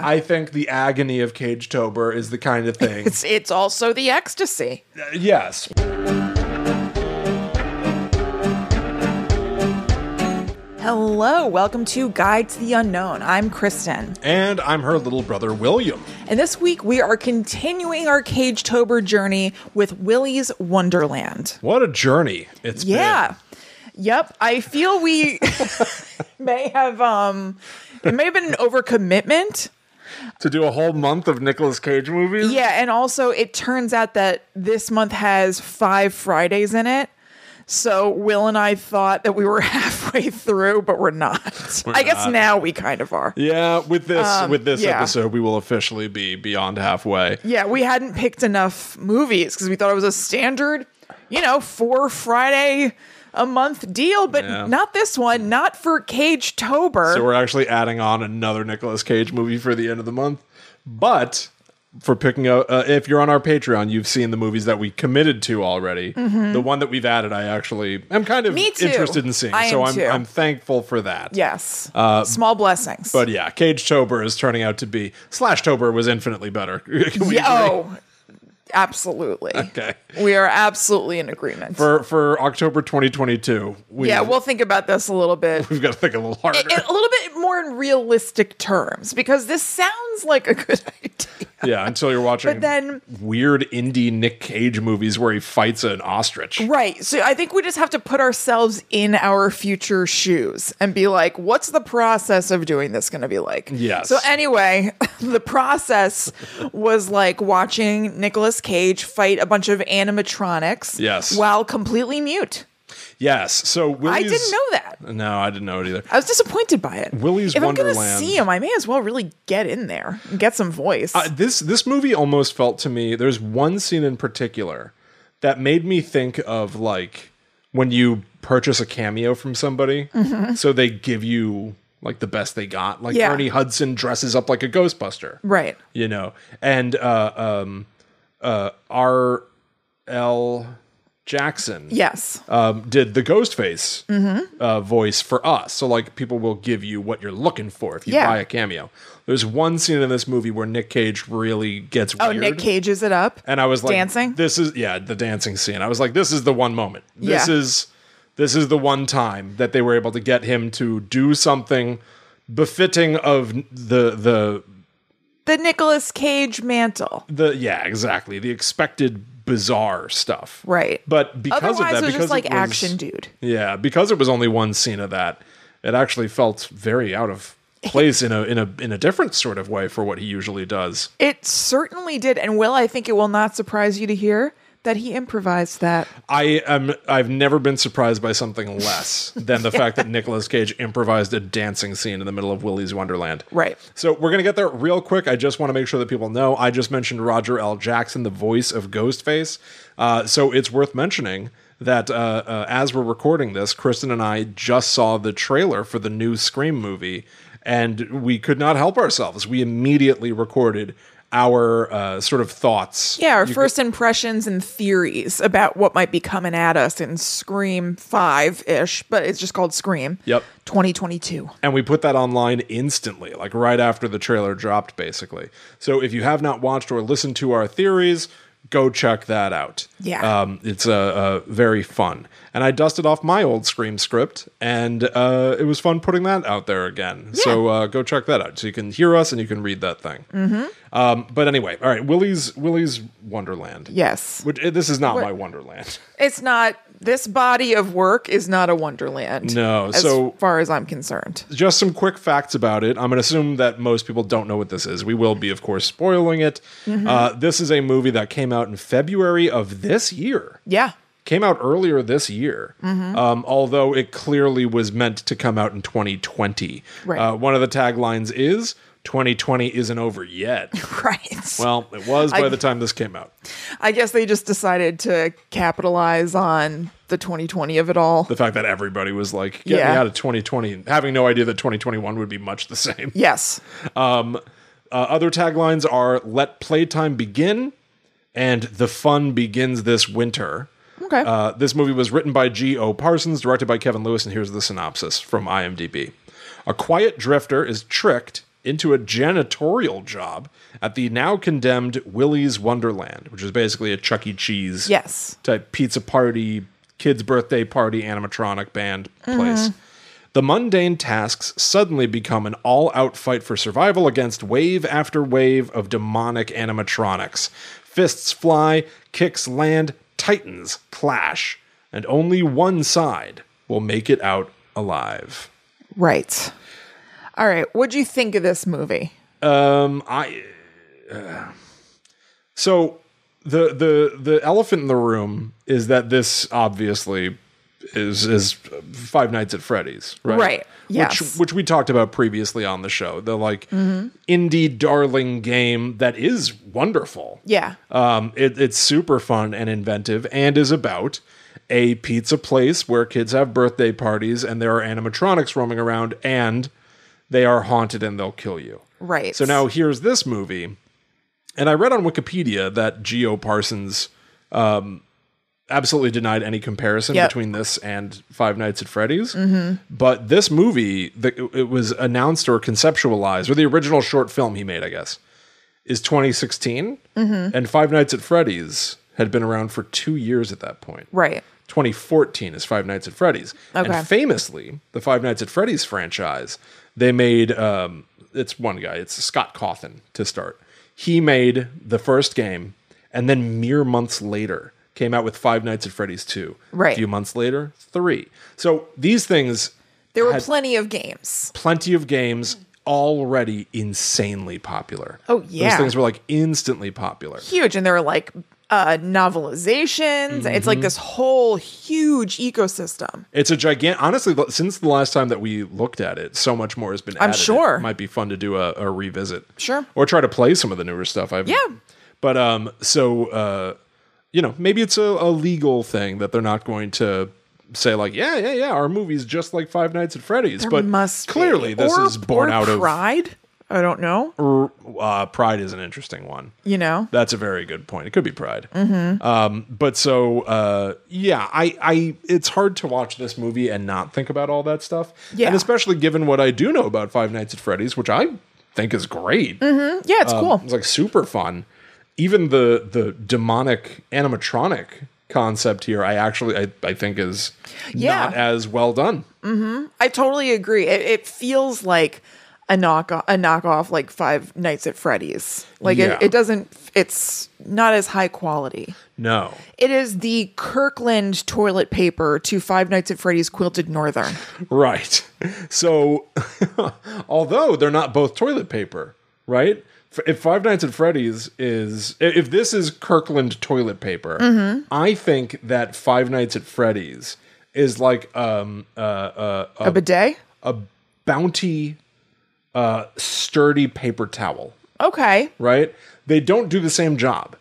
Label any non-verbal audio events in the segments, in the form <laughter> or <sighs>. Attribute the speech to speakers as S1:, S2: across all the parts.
S1: I think the agony of Cage Tober is the kind of thing. Uh,
S2: It's, it's also the ecstasy.
S1: yes.
S2: Hello, welcome to Guide to the Unknown. I'm Kristen.
S1: And I'm her little brother, William.
S2: And this week we are continuing our Cage Tober journey with Willy's Wonderland.
S1: What a journey it's
S2: Yeah.
S1: been.
S2: Yep. I feel we may have um it may have been an overcommitment.
S1: To do a whole month of Nicolas Cage movies?
S2: Yeah, and also it turns out that this month has five Fridays in it. So Will and I thought that we were <laughs> halfway through, but we're not. I guess
S1: not.
S2: now we kind of are.
S1: Yeah, with this with this
S2: Um, yeah.
S1: episode, we will officially be beyond halfway.
S2: Yeah, we hadn't picked enough movies because we thought it was a standard, you know, four Friday a month deal, but
S1: Yeah.
S2: not this one, not for Cage Tober.
S1: So we're actually adding on another Nicolas Cage movie for the end of the month. But for picking up, uh, if you're on our Patreon, you've seen the movies that we committed to already. The one that we've added, I actually am kind of
S2: Mm-hmm. Me too.
S1: interested in seeing.
S2: I
S1: so
S2: am
S1: I'm
S2: too.
S1: I'm thankful for that.
S2: yes. Small blessings.
S1: Uh, But yeah, Cage Tober is turning out to be slash Tober was infinitely better. <laughs> Can we
S2: Yeah,
S1: agree?
S2: oh, absolutely.
S1: Okay.
S2: We are absolutely in agreement.
S1: For for October 2022, we
S2: yeah, we'll think about this a
S1: <laughs>
S2: little bit.
S1: we've got to think a little harder.
S2: in a little bit more in realistic terms because this sounds like a good <laughs> idea.
S1: yeah, until you're watching
S2: But then-
S1: weird indie Nick Cage movies where he fights an ostrich.
S2: Right. So I think we just have to put ourselves in our future shoes and be like, what's the process of doing this going to be like?
S1: Yes.
S2: So anyway, <laughs> the process was like watching Nicolas Cage fight a bunch of animatronics
S1: Yes.
S2: while completely mute.
S1: Yes. So Willie's,
S2: I didn't know that.
S1: No, I didn't know it either.
S2: I was disappointed by it.
S1: Willy's
S2: if I'm going
S1: Wonderland.
S2: to see him, I may as well really get in there and get some voice.
S1: Uh, This this movie almost felt to me. There's one scene in particular that made me think of like when you purchase a cameo from somebody, so they give you like the best they got. Like
S2: Mm-hmm. Yeah.
S1: Ernie Hudson dresses up like a Ghostbuster,
S2: right.
S1: you know, and uh, um, uh, R. L. Jackson,
S2: Yes.
S1: um, did the Ghostface uh, voice for us. So like people will give you what you're looking for if you
S2: Yeah.
S1: buy a cameo. There's one scene in this movie where Nick Cage really gets
S2: Oh,
S1: weird.
S2: Nick Cage's it up.
S1: and I was like,
S2: dancing?
S1: This is yeah, the dancing scene. I was like, this is the one moment. This
S2: Yeah.
S1: is this is the one time that they were able to get him to do something befitting of the the
S2: the Nicolas Cage mantle.
S1: the yeah exactly the expected bizarre stuff.
S2: Right.
S1: But because
S2: Otherwise,
S1: of that,
S2: it was
S1: because
S2: just like
S1: it was-
S2: action dude.
S1: Yeah, because it was only one scene of that, it actually felt very out of place in a in a in a different sort of way for what he usually does.
S2: It certainly did. And Will, I think it will not surprise you to hear that he improvised that.
S1: I am I've never been surprised by something less than the fact that Nicolas Cage improvised a dancing scene in the middle of Willy's Wonderland.
S2: Right.
S1: So we're gonna get there real quick. I just want to make sure that people know. I just mentioned Roger L. Jackson, the voice of Ghostface. Uh, so it's worth mentioning that uh, uh, as we're recording this, Kristen and I just saw the trailer for the new Scream movie, and we could not help ourselves. We immediately recorded our uh, sort of thoughts.
S2: Yeah, our first impressions and theories about what might be coming at us in Scream 5 ish, but it's just called Scream.
S1: Yep.
S2: 2022.
S1: and we put that online instantly, like right after the trailer dropped, basically. So if you have not watched or listened to our theories, go check that out.
S2: Yeah.
S1: um, it's uh, uh, very fun. And I dusted off my old Scream script, and uh, it was fun putting that out there again. So uh, go check that out, so you can hear us and you can read that thing.
S2: Mm-hmm.
S1: Um, but anyway, all right, Willie's Willie's Wonderland.
S2: Yes.
S1: Which, uh, this is not my Wonderland. <laughs>
S2: It's not, this body of work is not a wonderland.
S1: No,
S2: As
S1: so-
S2: far as I'm concerned.
S1: just some quick facts about it. I'm going to assume that most people don't know what this is. We will be, of course, spoiling it.
S2: Mm-hmm.
S1: Uh, this is a movie that came out in February of this year.
S2: Yeah. <laughs> Mm-hmm.
S1: Came out earlier this year, um, although it clearly was meant to come out in 2020.
S2: Right.
S1: Uh, one of the taglines is 2020 isn't over
S2: <laughs>
S1: yet.
S2: Right.
S1: well, it was by
S2: I-
S1: the time this came out.
S2: I guess they just decided to capitalize on the 2020 of it all.
S1: The fact that everybody was like, get me
S2: Yeah.
S1: out of 2020, having no idea that 2021 would be much the same.
S2: yes.
S1: Uh, other taglines are "Let playtime begin" and "The fun begins this winter."
S2: Okay.
S1: Uh, this movie was written by G.O. Parsons, directed by Kevin Lewis, and here's the synopsis from IMDb. A quiet drifter is tricked into a janitorial job at the now condemned Willie's Wonderland, which is basically a Chuck E. Cheese
S2: Yes.
S1: type pizza party, kids' birthday party, animatronic band place. The mundane tasks suddenly become an all out fight for survival against wave after wave of demonic animatronics. Fists fly, kicks land, titans clash, and only one side will make it out alive.
S2: Right. All right. What'd you think of this movie?
S1: Um, I. uh, so the the the elephant in the room is that this obviously is is Five Nights at Freddy's, right?
S2: Right, yes.
S1: Which which we talked about previously on the show. The like indie darling game that is wonderful.
S2: Yeah.
S1: Um, it, it's super fun and inventive and is about a pizza place where kids have birthday parties and there are animatronics roaming around and they are haunted and they'll kill you.
S2: Right.
S1: So now here's this movie. And I read on Wikipedia that Geo Parsons um, absolutely denied any comparison
S2: Yep.
S1: between this and Five Nights at Freddy's. But this movie, the, it was announced or conceptualized, or the original short film he made, I guess, is 2016. And Five Nights at Freddy's had been around for two years at that point.
S2: Right.
S1: 2014 is Five Nights at Freddy's.
S2: Okay.
S1: And famously, the Five Nights at Freddy's franchise, they made um, it's one guy, it's Scott Cawthon to start. He made the first game, and then mere months later came out with Five Nights at Freddy's 2.
S2: Right.
S1: A few months later, three. So these things,
S2: There were
S1: had-
S2: plenty of games.
S1: plenty of games already insanely popular.
S2: Oh,
S1: Those
S2: yeah.
S1: things were like instantly popular.
S2: Huge. And there were like uh novelizations.
S1: Mm-hmm.
S2: It's like this whole huge ecosystem.
S1: It's a gigantic. Honestly, lo- since the last time that we looked at it, so much more has been.
S2: I'm
S1: added.
S2: sure.
S1: it might be fun to do a, a revisit.
S2: Sure.
S1: or try to play some of the newer stuff. I've
S2: Yeah.
S1: but um, so uh, you know, maybe it's a, a legal thing that they're not going to say like, yeah, yeah, yeah, our movie's just like Five Nights at Freddy's,
S2: There
S1: but
S2: must be.
S1: clearly this
S2: Or-
S1: is born
S2: or
S1: out
S2: pride. I don't know.
S1: of uh, pride is an interesting one.
S2: You know.
S1: That's a very good point. It could be pride. Um, but so uh, yeah, I, I it's hard to watch this movie and not think about all that stuff.
S2: Yeah.
S1: and especially given what I do know about Five Nights at Freddy's, which I think is great.
S2: Yeah, it's cool.
S1: It's like super fun. Even the the demonic animatronic concept here, I actually I, I think is
S2: Yeah.
S1: not as well done.
S2: I totally agree. It, it feels like a knock a knockoff like Five Nights at Freddy's. Like
S1: Yeah.
S2: it, it doesn't. It's not as high quality.
S1: No.
S2: It is the Kirkland toilet paper to Five Nights at Freddy's Quilted Northern.
S1: Right. So, <laughs> although they're not both toilet paper, right? F- If Five Nights at Freddy's is, i- if this is Kirkland toilet paper, I think that Five Nights at Freddy's is like um, Oh.
S2: a bidet.
S1: a bounty, uh, sturdy paper towel,
S2: Okay.
S1: right? They don't do the same job.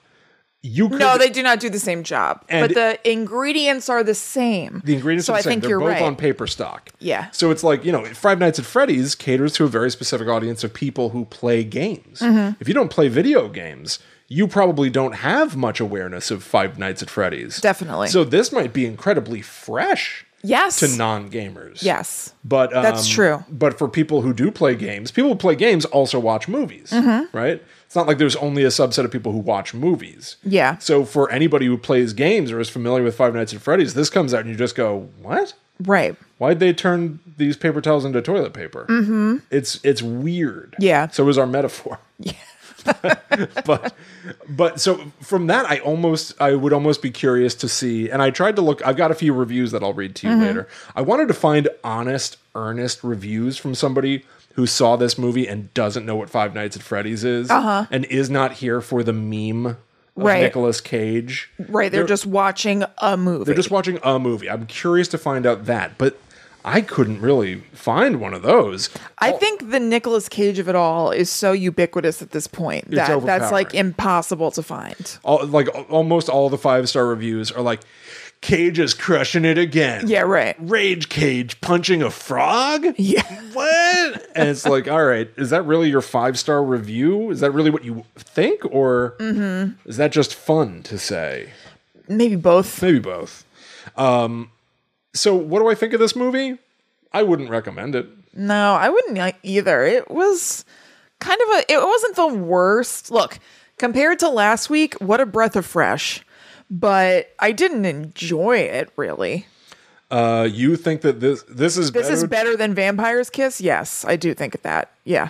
S1: You could,
S2: No, they do not do the same job,
S1: And-
S2: but the ingredients are the same.
S1: The ingredients
S2: so
S1: are the
S2: I
S1: same.
S2: think
S1: They're
S2: you're
S1: both
S2: right.
S1: on paper stock.
S2: Yeah.
S1: So it's like, you know, Five Nights at Freddy's caters to a very specific audience of people who play games.
S2: Mm-hmm.
S1: If you don't play video games, you probably don't have much awareness of Five Nights at Freddy's.
S2: Definitely.
S1: So this might be incredibly fresh
S2: yes.
S1: to non gamers.
S2: yes.
S1: But um,
S2: That's true.
S1: But for people who do play games, people who play games also watch movies,
S2: Mm-hmm.
S1: right? It's not like there's only a subset of people who watch movies.
S2: Yeah.
S1: So for anybody who plays games or is familiar with Five Nights at Freddy's, this comes out and you just go, "What?
S2: Right.
S1: Why'd they turn these paper towels into toilet paper?" Mm-hmm. It's it's weird.
S2: Yeah.
S1: So is our metaphor. Yeah. <laughs> but but so from that, I almost I would almost be curious to see. And I tried to look. I've got a few reviews that I'll read to you later. I wanted to find honest, earnest reviews from somebody who saw this movie and doesn't know what Five Nights at Freddy's is, and is not here for the meme. Of
S2: Right.
S1: Nicolas Cage.
S2: Right. They're, just watching a movie.
S1: They're just watching a movie. I'm curious to find out that, but I couldn't really find one of those.
S2: I think the Nicolas Cage of it all is so ubiquitous at this point that that's like
S1: overpowering.
S2: impossible to find.
S1: All, like al- almost all the five star reviews are like, Cage is crushing it again.
S2: Yeah, right.
S1: Rage Cage punching a frog?
S2: Yeah.
S1: What? and it's like, all right, is that really your five star review? Is that really what you think? Or
S2: Mm-hmm.
S1: is that just fun to say?
S2: Maybe both.
S1: Maybe both. Um, so, what do I think of this movie? I wouldn't recommend it.
S2: No, I wouldn't like, either. e-, It was kind of a it wasn't the worst. Look, compared to last week, what a breath of fresh. But I didn't enjoy it really.
S1: Uh, you think that this this is
S2: This
S1: better?
S2: is better than Vampire's Kiss? Yes, I do think that. Yeah.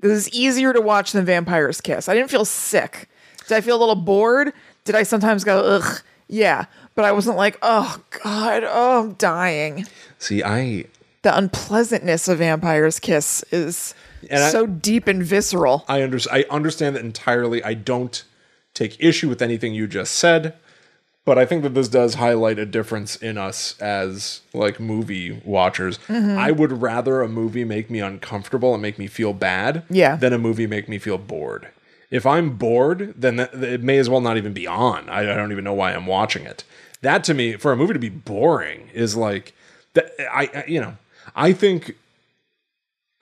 S2: This is easier to watch than Vampire's Kiss. I didn't feel sick. Did I feel a little bored? Did I sometimes go, ugh, yeah. But I wasn't like, oh God, oh I'm dying.
S1: See, I
S2: The unpleasantness of Vampire's Kiss is
S1: And I-
S2: so deep and visceral.
S1: I under, I understand that entirely. I don't take issue with anything you just said, but I think that this does highlight a difference in us as like movie watchers. I would rather a movie make me uncomfortable and make me feel bad
S2: Yeah.
S1: than a movie make me feel bored. If I'm bored, then that, it may as well not even be on. I, I don't even know why I'm watching it. That to me, for a movie to be boring, is like that. I, I you know, I think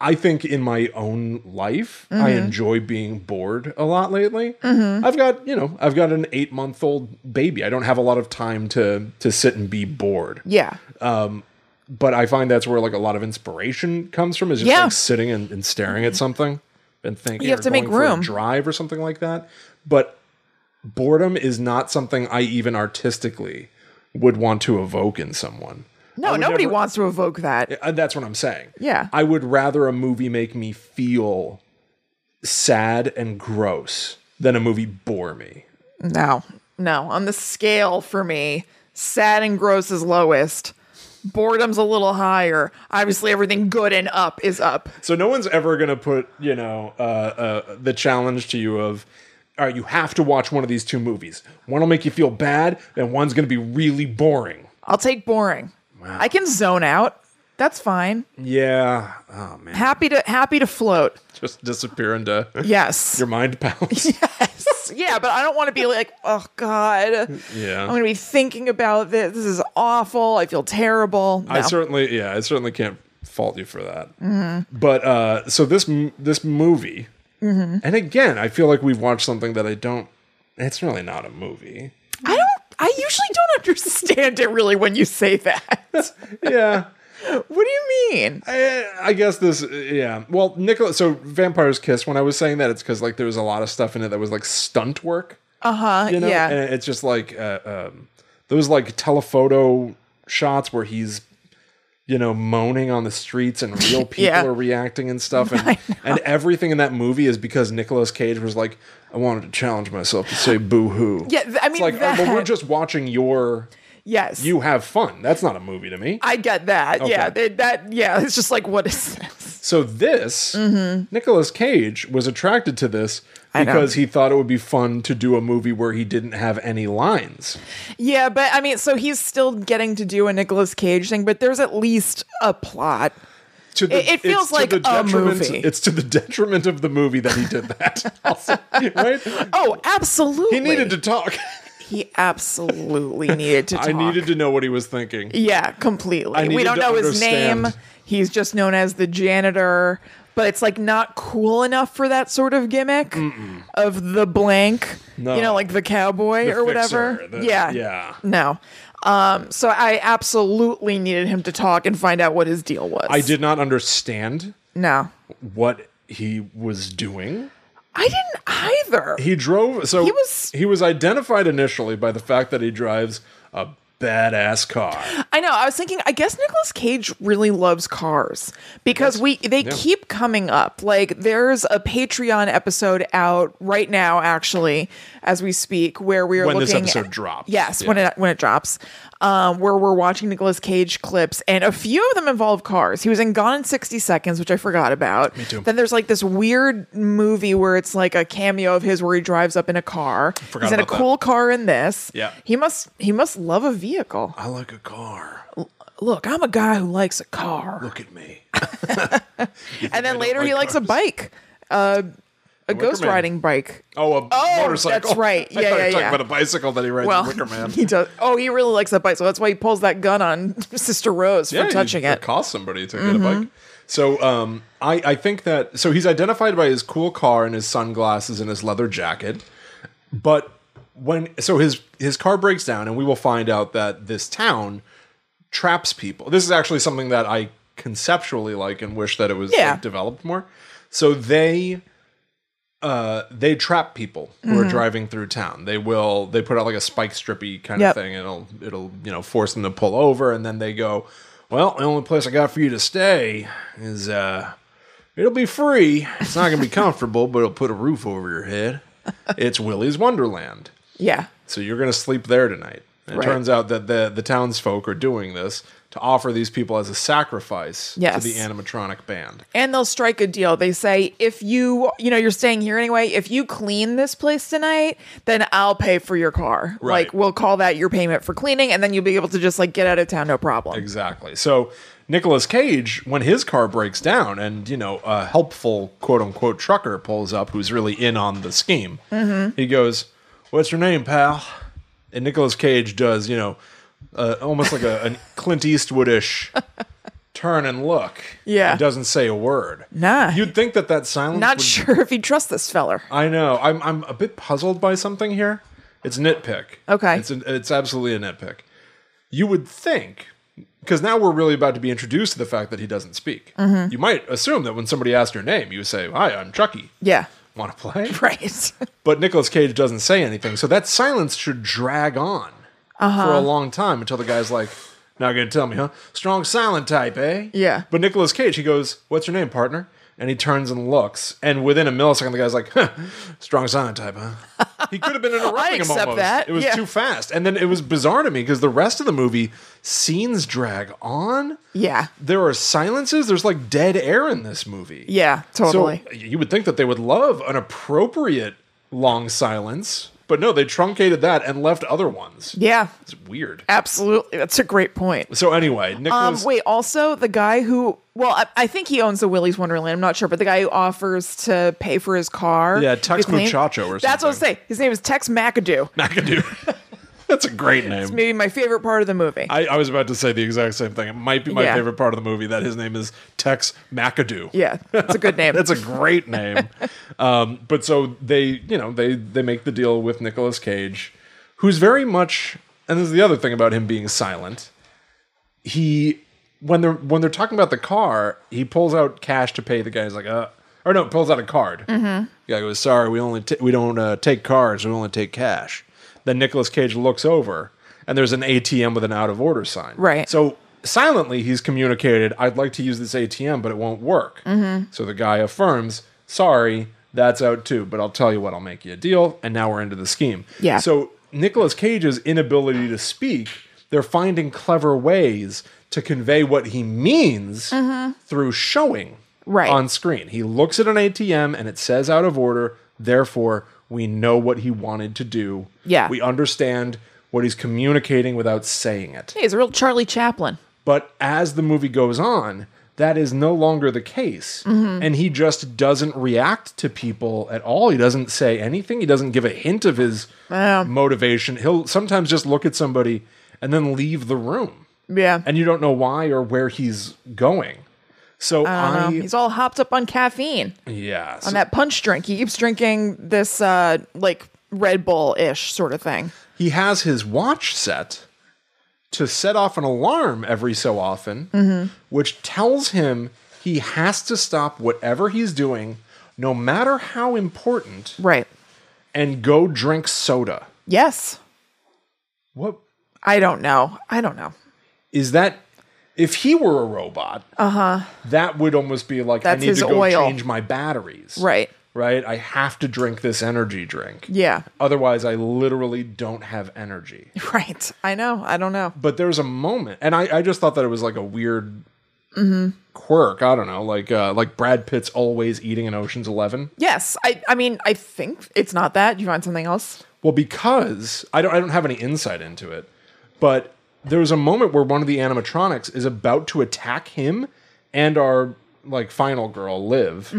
S1: I think in my own life, I
S2: Mm-hmm.
S1: enjoy being bored a lot lately. I've got, you know, I've got an eight month old baby. I don't have a lot of time to to sit and be bored.
S2: Yeah.
S1: But I find that's where like a lot of inspiration comes from is just
S2: Yeah.
S1: like sitting and, and staring at something and thinking
S2: You have
S1: or
S2: to make
S1: going for a
S2: room.
S1: drive or something like that. But boredom is not something I even artistically would want to evoke in someone.
S2: No,
S1: would
S2: nobody
S1: never-
S2: wants to evoke that.
S1: Uh, That's what I'm saying.
S2: Yeah.
S1: I would rather a movie make me feel sad and gross than a movie bore me.
S2: No, no. On the scale for me, sad and gross is lowest. Boredom's a little higher. Obviously, everything good and up is up.
S1: So no one's ever going to put, you know, uh, uh, the challenge to you of, all right, you have to watch one of these two movies. One will make you feel bad, and one's going to be really boring.
S2: I'll take boring. I can zone out. That's fine.
S1: Yeah. Oh, man.
S2: Happy to happy to float.
S1: Just disappear into
S2: Yes.
S1: your mind palace.
S2: Yes. <laughs> yeah, but I don't want to be like, oh God.
S1: Yeah.
S2: I'm gonna be thinking about this. This is awful. I feel terrible. No.
S1: I certainly, yeah, I certainly can't fault you for that. But uh, so this m- this movie, and again, I feel like we've watched something that I don't. It's really not a movie.
S2: I don't I usually don't <laughs> understand it really when you say that. <laughs> what
S1: Yeah,
S2: do you mean?
S1: I, Eh, I guess this. Yeah, well, Nicholas. So Vampire's Kiss. When I was saying that, it's because like there was a lot of stuff in it that was like stunt work.
S2: Uh-huh.
S1: You know?
S2: yeah.
S1: and it's just like uh, um, those like telephoto shots where he's you know moaning on the streets
S2: <laughs>
S1: and real people
S2: Yeah.
S1: are reacting and
S2: <laughs>
S1: stuff and, and everything in that movie is because Nicolas Cage was like I wanted to challenge myself to say boo hoo.
S2: Yeah, th- I mean
S1: it's like
S2: that.
S1: oh, but we're just watching your
S2: yes.
S1: you have fun. That's not a movie to me.
S2: I get that. Yeah,
S1: Okay.
S2: they, that. Yeah, it's just like what is this?
S1: So this Nicolas Cage was attracted to this
S2: Mm-hmm. I know.
S1: because he thought it would be fun to do a movie where he didn't have any lines.
S2: Yeah, but I mean, so he's still getting to do a Nicolas Cage thing, but there's at least a plot.
S1: to the,
S2: It- it feels
S1: to
S2: like
S1: the
S2: a
S1: detriment-
S2: movie.
S1: It's to the detriment of the movie that he did
S2: <laughs>
S1: that, also, right?
S2: Oh, absolutely.
S1: He needed to
S2: <laughs>
S1: talk.
S2: He absolutely needed <laughs> to. Talk.
S1: I needed to know what he was thinking.
S2: Yeah, completely. We
S1: needed
S2: don't
S1: to
S2: know his
S1: understand.
S2: name. He's just known as the janitor, but it's like not cool enough for that sort of gimmick of the blank,
S1: No.
S2: you know, like the cowboy or whatever.
S1: Fixer, the-
S2: yeah.
S1: yeah.
S2: No. Um, so I absolutely needed him to talk and find out what his deal was.
S1: I did not understand
S2: No.
S1: what he was doing.
S2: I didn't either.
S1: He drove. So
S2: He was-
S1: he was identified initially by the fact that he drives a badass car.
S2: I know. I was thinking. I guess Nicolas Cage really loves cars because we they keep coming up. Like there's a Patreon episode out right now, actually, as we speak, where we are
S1: When this
S2: looking.
S1: episode drops.
S2: Yes, when it when it drops, um, where we're watching Nicolas Cage clips, and a few of them involve cars. He was in Gone in sixty seconds, which I forgot about. Me
S1: too.
S2: Then there's like this weird movie where it's like a cameo of his where he drives up in a car.
S1: Forgot
S2: He's in a
S1: about that.
S2: cool car in this.
S1: Yeah.
S2: He must he must love a vehicle
S1: I like a car.
S2: look, I'm a guy who likes a car.
S1: Look at
S2: <laughs>
S1: me.
S2: And then
S1: don't
S2: later
S1: like
S2: he likes a
S1: cars.
S2: bike, uh, a
S1: Wicker
S2: ghost
S1: Man.
S2: riding bike.
S1: Oh, a motorcycle.
S2: that's right.
S1: <laughs> I
S2: Yeah,
S1: thought you were
S2: yeah,
S1: talking
S2: yeah.
S1: about a bicycle that he rides
S2: Well,
S1: in Wicker
S2: <laughs>
S1: Man.
S2: he does. Oh, he really likes that bike, so that's why he pulls that gun on <laughs> Sister Rose for
S1: you-
S2: touching it. Mm-hmm.
S1: cost somebody to get a bike. So um, I, I think that so he's identified by his cool car and his sunglasses and his leather jacket, but when so his his car breaks down and we will find out that this town traps people. This is actually something that I conceptually like and wish that it was like,
S2: Yeah.
S1: developed more. So they uh they trap people who
S2: Mm-hmm.
S1: are driving through town. They will they put out like a spike strippy kind
S2: Yep.
S1: of thing. It'll it'll you know force them to pull over, and then they go, well, the only place I got for you to stay is uh It'll be free. It's not going to be comfortable, but it'll put a roof over your head. It's Willy's Wonderland.
S2: Yeah.
S1: So you're going to sleep there tonight. And
S2: Right.
S1: It turns out that the, the townsfolk are doing this to offer these people as a sacrifice
S2: Yes.
S1: to the animatronic band.
S2: And they'll strike a deal. They say, if you, you know, you're staying here anyway, if you clean this place tonight, then I'll pay for your car.
S1: Right.
S2: Like, we'll call that your payment for cleaning, and then you'll be able to just, like, get out of town, no problem.
S1: Exactly. So Nicolas Cage, when his car breaks down and, you know, a helpful quote unquote trucker pulls up who's really in on the scheme,
S2: Mm-hmm.
S1: he goes, What's your name, pal? And Nicolas Cage does, you know, uh, almost like
S2: <laughs>
S1: a, a Clint Eastwoodish turn and look.
S2: Yeah.
S1: And doesn't say a word.
S2: Nah.
S1: You'd think Uh, that that silence
S2: Not
S1: would
S2: sure if you trust this feller.
S1: I know. I'm I'm a bit puzzled by something here. It's nitpick.
S2: Okay.
S1: It's an, it's absolutely a nitpick. You would think because now we're really about to be introduced to the fact that he doesn't speak.
S2: Mm-hmm.
S1: You might assume that when somebody asks your name, you say, "Hi, I'm Chucky.
S2: Yeah. <laughs>
S1: Want to play?" <laughs>
S2: Right.
S1: But Nicolas Cage doesn't say anything, so that silence should drag on for
S2: Uh-huh.
S1: a long time until the guy's like, "Not gonna tell me, huh? Strong silent type, eh?"
S2: Yeah.
S1: But Nicolas Cage, he goes, "What's your name, partner?" And he turns and looks, and within a millisecond, the guy's like, huh, "Strong silent type, huh?" He could
S2: <laughs>
S1: have been interrupting him
S2: accept
S1: almost.
S2: that,
S1: It was
S2: yeah.
S1: too fast, and then it was bizarre to me because the rest of the movie scenes drag on.
S2: yeah.
S1: There are silences. There's like dead air in this movie.
S2: Yeah,
S1: So
S2: totally.
S1: you would think that they would love an appropriate long silence, but no, they truncated that and left other ones.
S2: yeah.
S1: It's weird.
S2: Absolutely. That's a great point.
S1: So anyway,
S2: Um,
S1: Nicholas.
S2: wait, also the guy who, well, I, I think he owns the Willy's Wonderland. I'm not sure, but the guy who offers to pay for his car.
S1: Yeah,
S2: to
S1: Tex
S2: be cleaned-
S1: Muchacho or
S2: That's what I was
S1: something.
S2: saying. His name is Tex McAdoo. <laughs>
S1: McAdoo. That's a great name.
S2: Maybe my favorite part of the movie.
S1: I, I was about to say the exact same thing. It might be my
S2: Yeah.
S1: favorite part of the movie that his name is Tex McAdoo.
S2: yeah, it's a good
S1: <laughs>
S2: name.
S1: That's a great name.
S2: <laughs>
S1: um, but so they, you know, they they make the deal with Nicolas Cage, who's very much and this is the other thing about him being silent. He when they're when they're talking about the car, he pulls out cash to pay the guy. He's like, uh or no, pulls out a card. Mm-hmm. The guy goes, "Sorry, we only t- we don't uh, take cards. We only take cash." Then Nicolas Cage looks over, and there's an ATM with an out of order sign.
S2: Right.
S1: So silently, he's communicated, "I'd like to use this ATM, but it won't work."
S2: Mm-hmm.
S1: So the guy affirms, "Sorry, that's out too, but I'll tell you what, I'll make you a deal." And now we're into the scheme.
S2: Yeah.
S1: So Nicolas Cage's inability to speak, they're finding clever ways to convey what he means through showing
S2: Mm-hmm. Right.
S1: on screen. He looks at an ATM and it says out of order, therefore we know what he wanted to do.
S2: Yeah.
S1: We understand what he's communicating without saying it.
S2: Hey, he's a real Charlie Chaplin.
S1: But as the movie goes on, that is no longer the case. And he just doesn't react to people at all. He doesn't say anything. He doesn't give a hint of his motivation. He'll sometimes just look at somebody and then leave the room.
S2: Yeah.
S1: And you don't know why or where he's going. So I,
S2: Um, he's all hopped up on caffeine
S1: yeah. so-
S2: on that punch drink. He keeps drinking this, uh, like, Red Bull ish sort of thing.
S1: he has his watch set to set off an alarm every so often, which tells him he has to stop whatever he's doing, no matter how important,
S2: Right.
S1: and go drink soda.
S2: Yes.
S1: What
S2: I don't know. I don't know.
S1: is that? If he were a robot, uh-huh. that would almost be like
S2: That's
S1: I need
S2: his
S1: to go
S2: oil.
S1: change my batteries.
S2: Right.
S1: Right? I have to drink this energy drink.
S2: Yeah. <laughs>
S1: Otherwise I literally don't have energy.
S2: Right. I know. I don't know.
S1: but there's a moment and I, I just thought that it was like a weird quirk i don't know like uh like brad pitt's always eating in oceans 11
S2: Yes. I, I mean, I think it's not that. You find something else?
S1: well because i don't i don't have any insight into it but there was a moment where one of the animatronics is about to attack him and our like final girl liv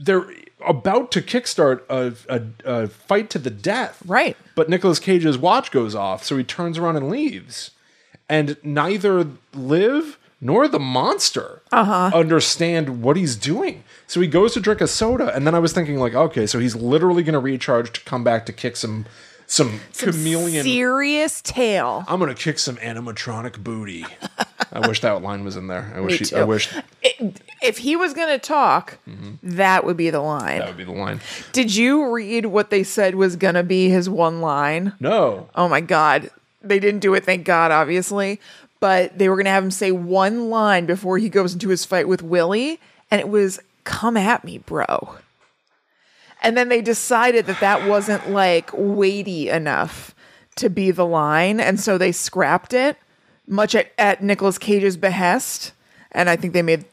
S1: they're about to kickstart a, a, a fight to the death
S2: Right.
S1: But Nicolas Cage's watch goes off, so he turns around and leaves. And neither Liv nor the monster
S2: Uh-huh.
S1: understand what he's doing. So he goes to drink a soda, and then I was thinking, like, okay, so he's literally going to recharge to come back to kick some some, chameleon.
S2: Serious tale.
S1: I'm gonna kick some animatronic booty. I wish that line was in
S2: <laughs>
S1: there. I wish. he- I
S2: too.
S1: wish
S2: If he was going to talk, that would be the line.
S1: Mm-hmm. that would be the line.
S2: Did you read what they said was going to be his one line?
S1: No.
S2: Oh my God. They didn't do it, thank God, obviously. But they were going to have him say one line before he goes into his fight with Willie. And it was, come at me, bro. And then they decided that that wasn't like weighty enough to be the line. And so they scrapped it, much at, at Nicolas Cage's behest. And I think they made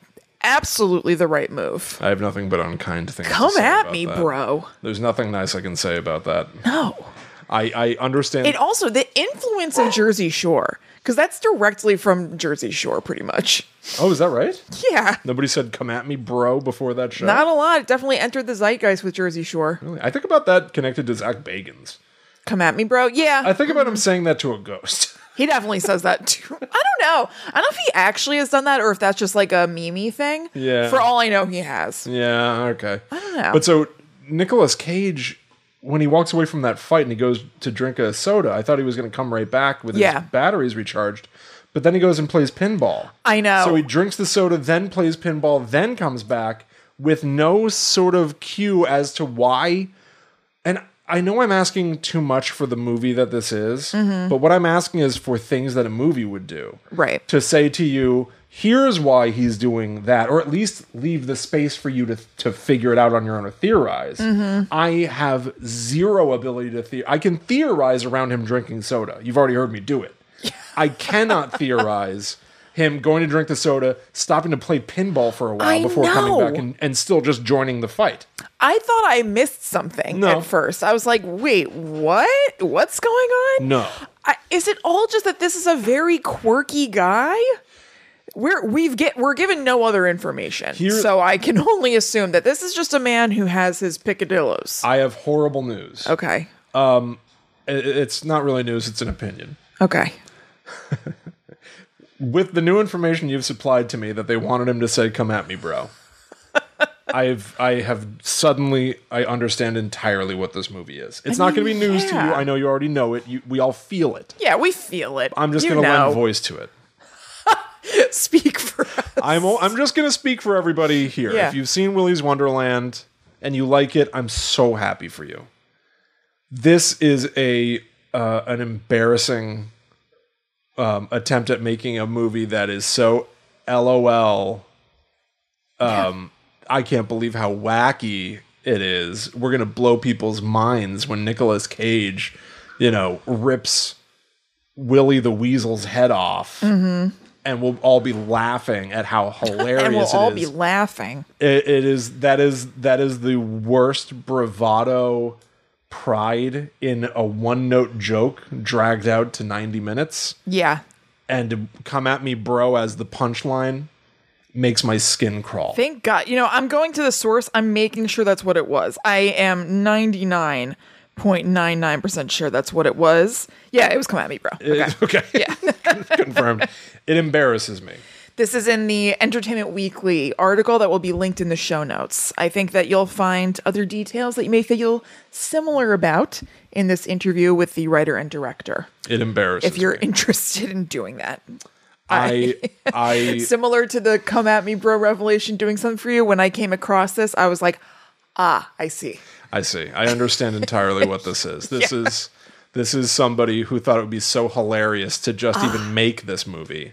S2: absolutely the right move.
S1: I have nothing but unkind things. to
S2: Come
S1: say
S2: at
S1: about
S2: me,
S1: that.
S2: bro.
S1: There's nothing nice I can say about that.
S2: No.
S1: I, I understand.
S2: It also the influence of Jersey Shore because that's directly from Jersey Shore, pretty much.
S1: oh, is that right?
S2: Yeah,
S1: Nobody said "come at me, bro" before that show.
S2: not a lot. It definitely entered the zeitgeist with Jersey Shore.
S1: Really? I think about that connected to Zach Bagans.
S2: Come at me, bro.
S1: I
S2: Yeah,
S1: think about him saying that to a ghost. <laughs>
S2: he definitely says that too. <laughs> I don't know. I don't know if he actually has done that or if that's just like a meme thing.
S1: Yeah.
S2: For all I know, he has.
S1: yeah. Okay. I
S2: don't know.
S1: But so Nicolas Cage, when he walks away from that fight and he goes to drink a soda, I thought he was going to come right back with
S2: Yeah.
S1: his batteries recharged. But then he goes and plays pinball.
S2: I know.
S1: So he drinks the soda, then plays pinball, then comes back with no sort of cue as to why. And I know I'm asking too much for the movie that this is, but what I'm asking is for things that a movie would do.
S2: Mm-hmm. Right.
S1: To say to you, here's why he's doing that, or at least leave the space for you to, to figure it out on your own or theorize.
S2: Mm-hmm.
S1: I have zero ability to theorize. I can theorize around him drinking soda. You've already heard me do
S2: <laughs>
S1: it. I cannot theorize him going to drink the soda, stopping to play pinball for a while
S2: I
S1: before coming
S2: know.
S1: back and, and still just joining the fight.
S2: I thought I missed something
S1: No.
S2: at first. I was like, wait, what? What's going on?
S1: No.
S2: I, is it all just that this is a very quirky guy? We're we've get we're given no other information,
S1: Here-
S2: so I can <laughs> only assume that this is just a man who has his picadillos.
S1: I have horrible news.
S2: okay,
S1: I- It's not really news, it's an opinion.
S2: okay,
S1: with the new information you've supplied to me that they wanted him to say come at me
S2: <laughs>
S1: bro i've i have suddenly i understand entirely what this movie is it's not going to be news to you
S2: yeah.
S1: i know you already know it you, we all feel it
S2: yeah, we feel it.
S1: i'm just
S2: You
S1: going to lend
S2: know.
S1: voice to it
S2: <laughs> speak for us.
S1: i'm o- i'm just going to speak for everybody here
S2: Yeah.
S1: if you've seen willy's wonderland and you like it i'm so happy for you this is a uh, an embarrassing um, attempt at making a movie that is so lol I can't believe how wacky it is. We're gonna blow people's minds when Nicolas Cage, you know, rips Willy the Weasel's head off, and we'll all be laughing at how hilarious
S2: Mm-hmm. <laughs> and we'll
S1: it
S2: all
S1: is.
S2: be laughing.
S1: It- it is that is that is the worst bravado pride in a one-note joke dragged out to 90 minutes
S2: Yeah,
S1: and to come at me bro as the punchline makes my skin crawl
S2: Thank God. You know, I'm going to the source. I'm making sure that's what it was. I am 99.99% sure that's what it was. Yeah, it was Come At Me, Bro. Okay.
S1: It- <laughs> okay. <laughs> Confirmed. It embarrasses me.
S2: This is in the Entertainment Weekly article that will be linked in the show notes. I think that you'll find other details that you may feel similar about in this interview with the writer and director
S1: It embarrasses
S2: if you're
S1: me.
S2: <laughs> interested in doing that.
S1: I
S2: <laughs>
S1: I
S2: Similar to the Come At Me, Bro revelation doing something for you, when I came across this, I was like, ah, I see.
S1: I see. I understand entirely what this is.
S2: <laughs>
S1: This is this is somebody who thought it would be so hilarious to just
S2: Ah.
S1: even make this movie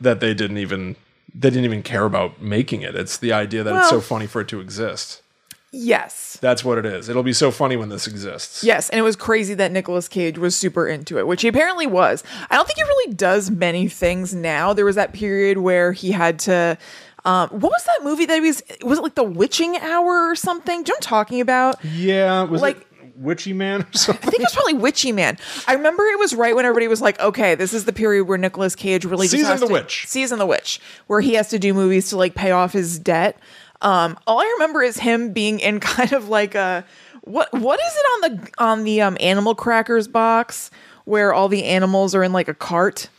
S1: that they didn't even they didn't even care about making it. It's the idea that it's so
S2: Well-
S1: funny for it to exist.
S2: Yes.
S1: That's what it is. It'll be so funny when this exists.
S2: Yes, and it was crazy that Nicolas Cage was super into it, which he apparently was. I don't think he really does many things now. There was that period where he had to. Um, what was that movie that he was? Was it like The Witching Hour or something? Do you know what I'm talking about?
S1: Yeah, was like,
S2: Like-
S1: Witchy Man or <laughs> something?
S2: I think it was probably Witchy Man. I remember it was right when everybody was like, "Okay, this is the period where Nicolas Cage really just
S1: Season
S2: has
S1: of the
S2: to-
S1: Witch.
S2: season the witch, where he has to do movies to like pay off his debt." Um, all I remember is him being in <laughs> kind of like a what what is it on the on the um, animal crackers box where all the animals are in like a cart?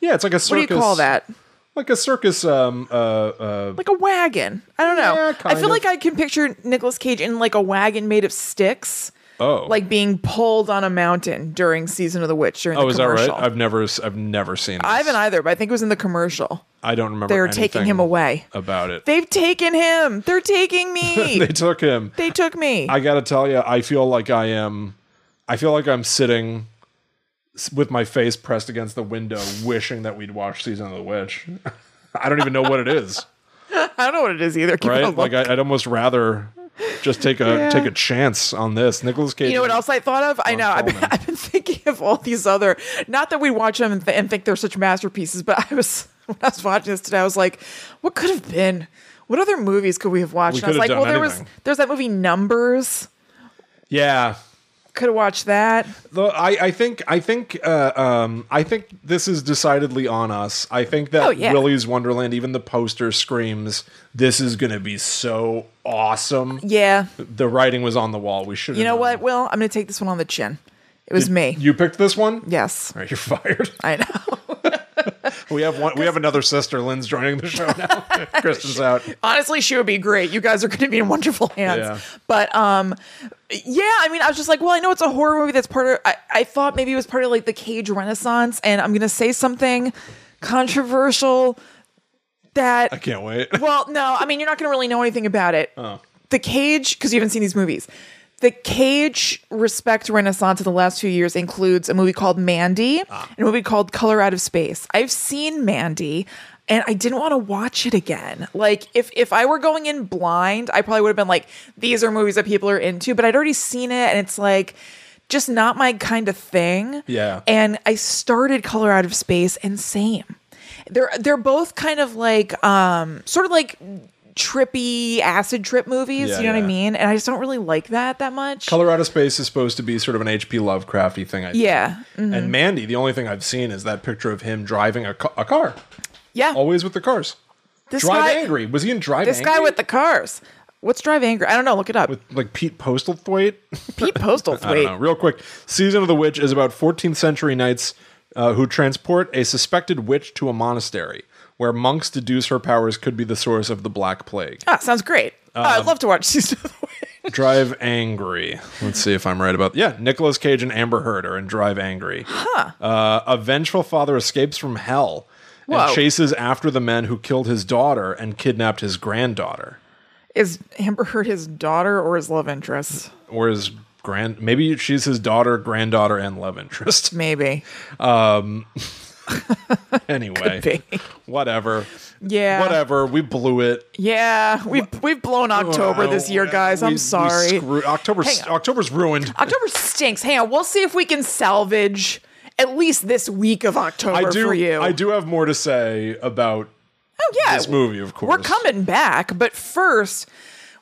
S1: Yeah, it's like a circus.
S2: What do you call that?
S1: Like a circus um uh uh
S2: Like a wagon. I don't know.
S1: Yeah,
S2: I
S1: kind
S2: feel
S1: of.
S2: like I can picture Nicolas Cage in like a wagon made of sticks.
S1: Oh.
S2: like being pulled on a mountain during season of the witch during
S1: Oh,
S2: the
S1: is that right?
S2: commercial.
S1: I've never, s- I've never seen. This.
S2: I haven't either, but I think it was in the commercial.
S1: I don't remember.
S2: They're taking
S1: anything
S2: him away.
S1: About it,
S2: They've taken him. They're taking me.
S1: <laughs> they
S2: they,
S1: took him.
S2: took me.
S1: I gotta tell you, I feel like I am. I feel like I'm sitting s- with my face pressed against the window, wishing that we'd watch season of the witch. <laughs> I don't even know what it is,
S2: <laughs> I don't know what it is either. Keep it
S1: right?
S2: alone.
S1: Like I, I'd almost rather just take a
S2: Yeah.
S1: take a chance on this. Nicholas Cage.
S2: You know what else I thought of? I know. I've been,
S1: Coleman.
S2: <laughs> I've been thinking of all these other. Not that we watch them and, th- and think they're such masterpieces, but <laughs> I was when I was watching this today, I was like, what could have been? What other movies could we have watched?
S1: We
S2: and I was
S1: could
S2: like,
S1: have
S2: well,
S1: done
S2: there was
S1: anything.
S2: there's that movie Numbers.
S1: Yeah,
S2: Could have watched that.
S1: Though I, I think I think uh, um, I think this is decidedly on us. I think that
S2: Oh, yeah.
S1: Willy's Wonderland, even the poster screams, "This is going to be so awesome."
S2: Yeah.
S1: The writing was on the wall. We should.
S2: You know what? Will I'm going to take this one on the chin. It was me.
S1: You picked this one.
S2: yes,
S1: All right, you're <laughs> fired.
S2: I know.
S1: We have one. We have another sister, Lynn's joining the show
S2: <laughs>
S1: now. Kristen's out.
S2: honestly she would be great you guys are going to be in wonderful hands
S1: Yeah.
S2: but um yeah i mean i was just like well i know it's a horror movie that's part of i, I thought maybe it was part of like the cage renaissance and i'm going to say something controversial that
S1: I can't wait.
S2: well, no, I mean you're not going to really know anything about it. The Cage, because you haven't seen these movies. The Cage respect renaissance of the last few years includes a movie called Mandy and a movie called Color Out of Space. I've seen Mandy and I didn't want to watch it again. Like if if I were going in blind, I probably would have been like these are movies that people are into, but I'd already seen it and it's like just not my kind of thing.
S1: Yeah.
S2: And I started Color Out of Space and same. They're they're both kind of like um sort of like trippy acid trip movies,
S1: Yeah,
S2: you know what
S1: yeah.
S2: I mean? And I just don't really like that that much.
S1: Colorado Space is supposed to be sort of an H.P. Lovecrafty thing. I think.
S2: yeah. Mm-hmm.
S1: And Mandy, the only thing I've seen is that picture of him driving a, ca- a car,
S2: Yeah.
S1: always with the cars.
S2: this
S1: Oh, Drive
S2: guy
S1: angry. Was he in Drive
S2: this
S1: angry?
S2: guy with the cars. What's Drive Angry? I don't know, look it up.
S1: like Pete Postlethwaite.
S2: Pete Postal
S1: <laughs> I don't know.
S2: Thwaite.
S1: Real quick, Season of the Witch is about 14th century knights uh, who transport a suspected witch to a monastery where monks deduce her powers could be the source of the Black Plague.
S2: Ah, sounds great. Oh,
S1: Um,
S2: I'd love to watch <laughs> Season of the Witch.
S1: Drive Angry. Let's see if I'm right about. Yeah, Nicolas Cage and Amber Heard are in Drive Angry. Huh. Uh, a vengeful father escapes from hell
S2: Whoa.
S1: and chases after the men who killed his daughter and kidnapped his granddaughter.
S2: Is Amber Heard his daughter or his love interest?
S1: Or his grand maybe she's his daughter, granddaughter, and love interest. <laughs>
S2: Maybe.
S1: Anyway,
S2: be.
S1: whatever.
S2: <laughs> Yeah.
S1: Whatever. We blew it.
S2: Yeah, we've we've blown October
S1: Uh,
S2: this year, guys.
S1: we-
S2: I'm
S1: we
S2: sorry.
S1: screw- October's
S2: Hang on.
S1: October's ruined.
S2: October stinks. Hang on, we'll see if we can salvage at least this week of October
S1: I do.
S2: for you.
S1: I do have more to say about
S2: Oh yeah,
S1: this movie, of course.
S2: we're coming back, but first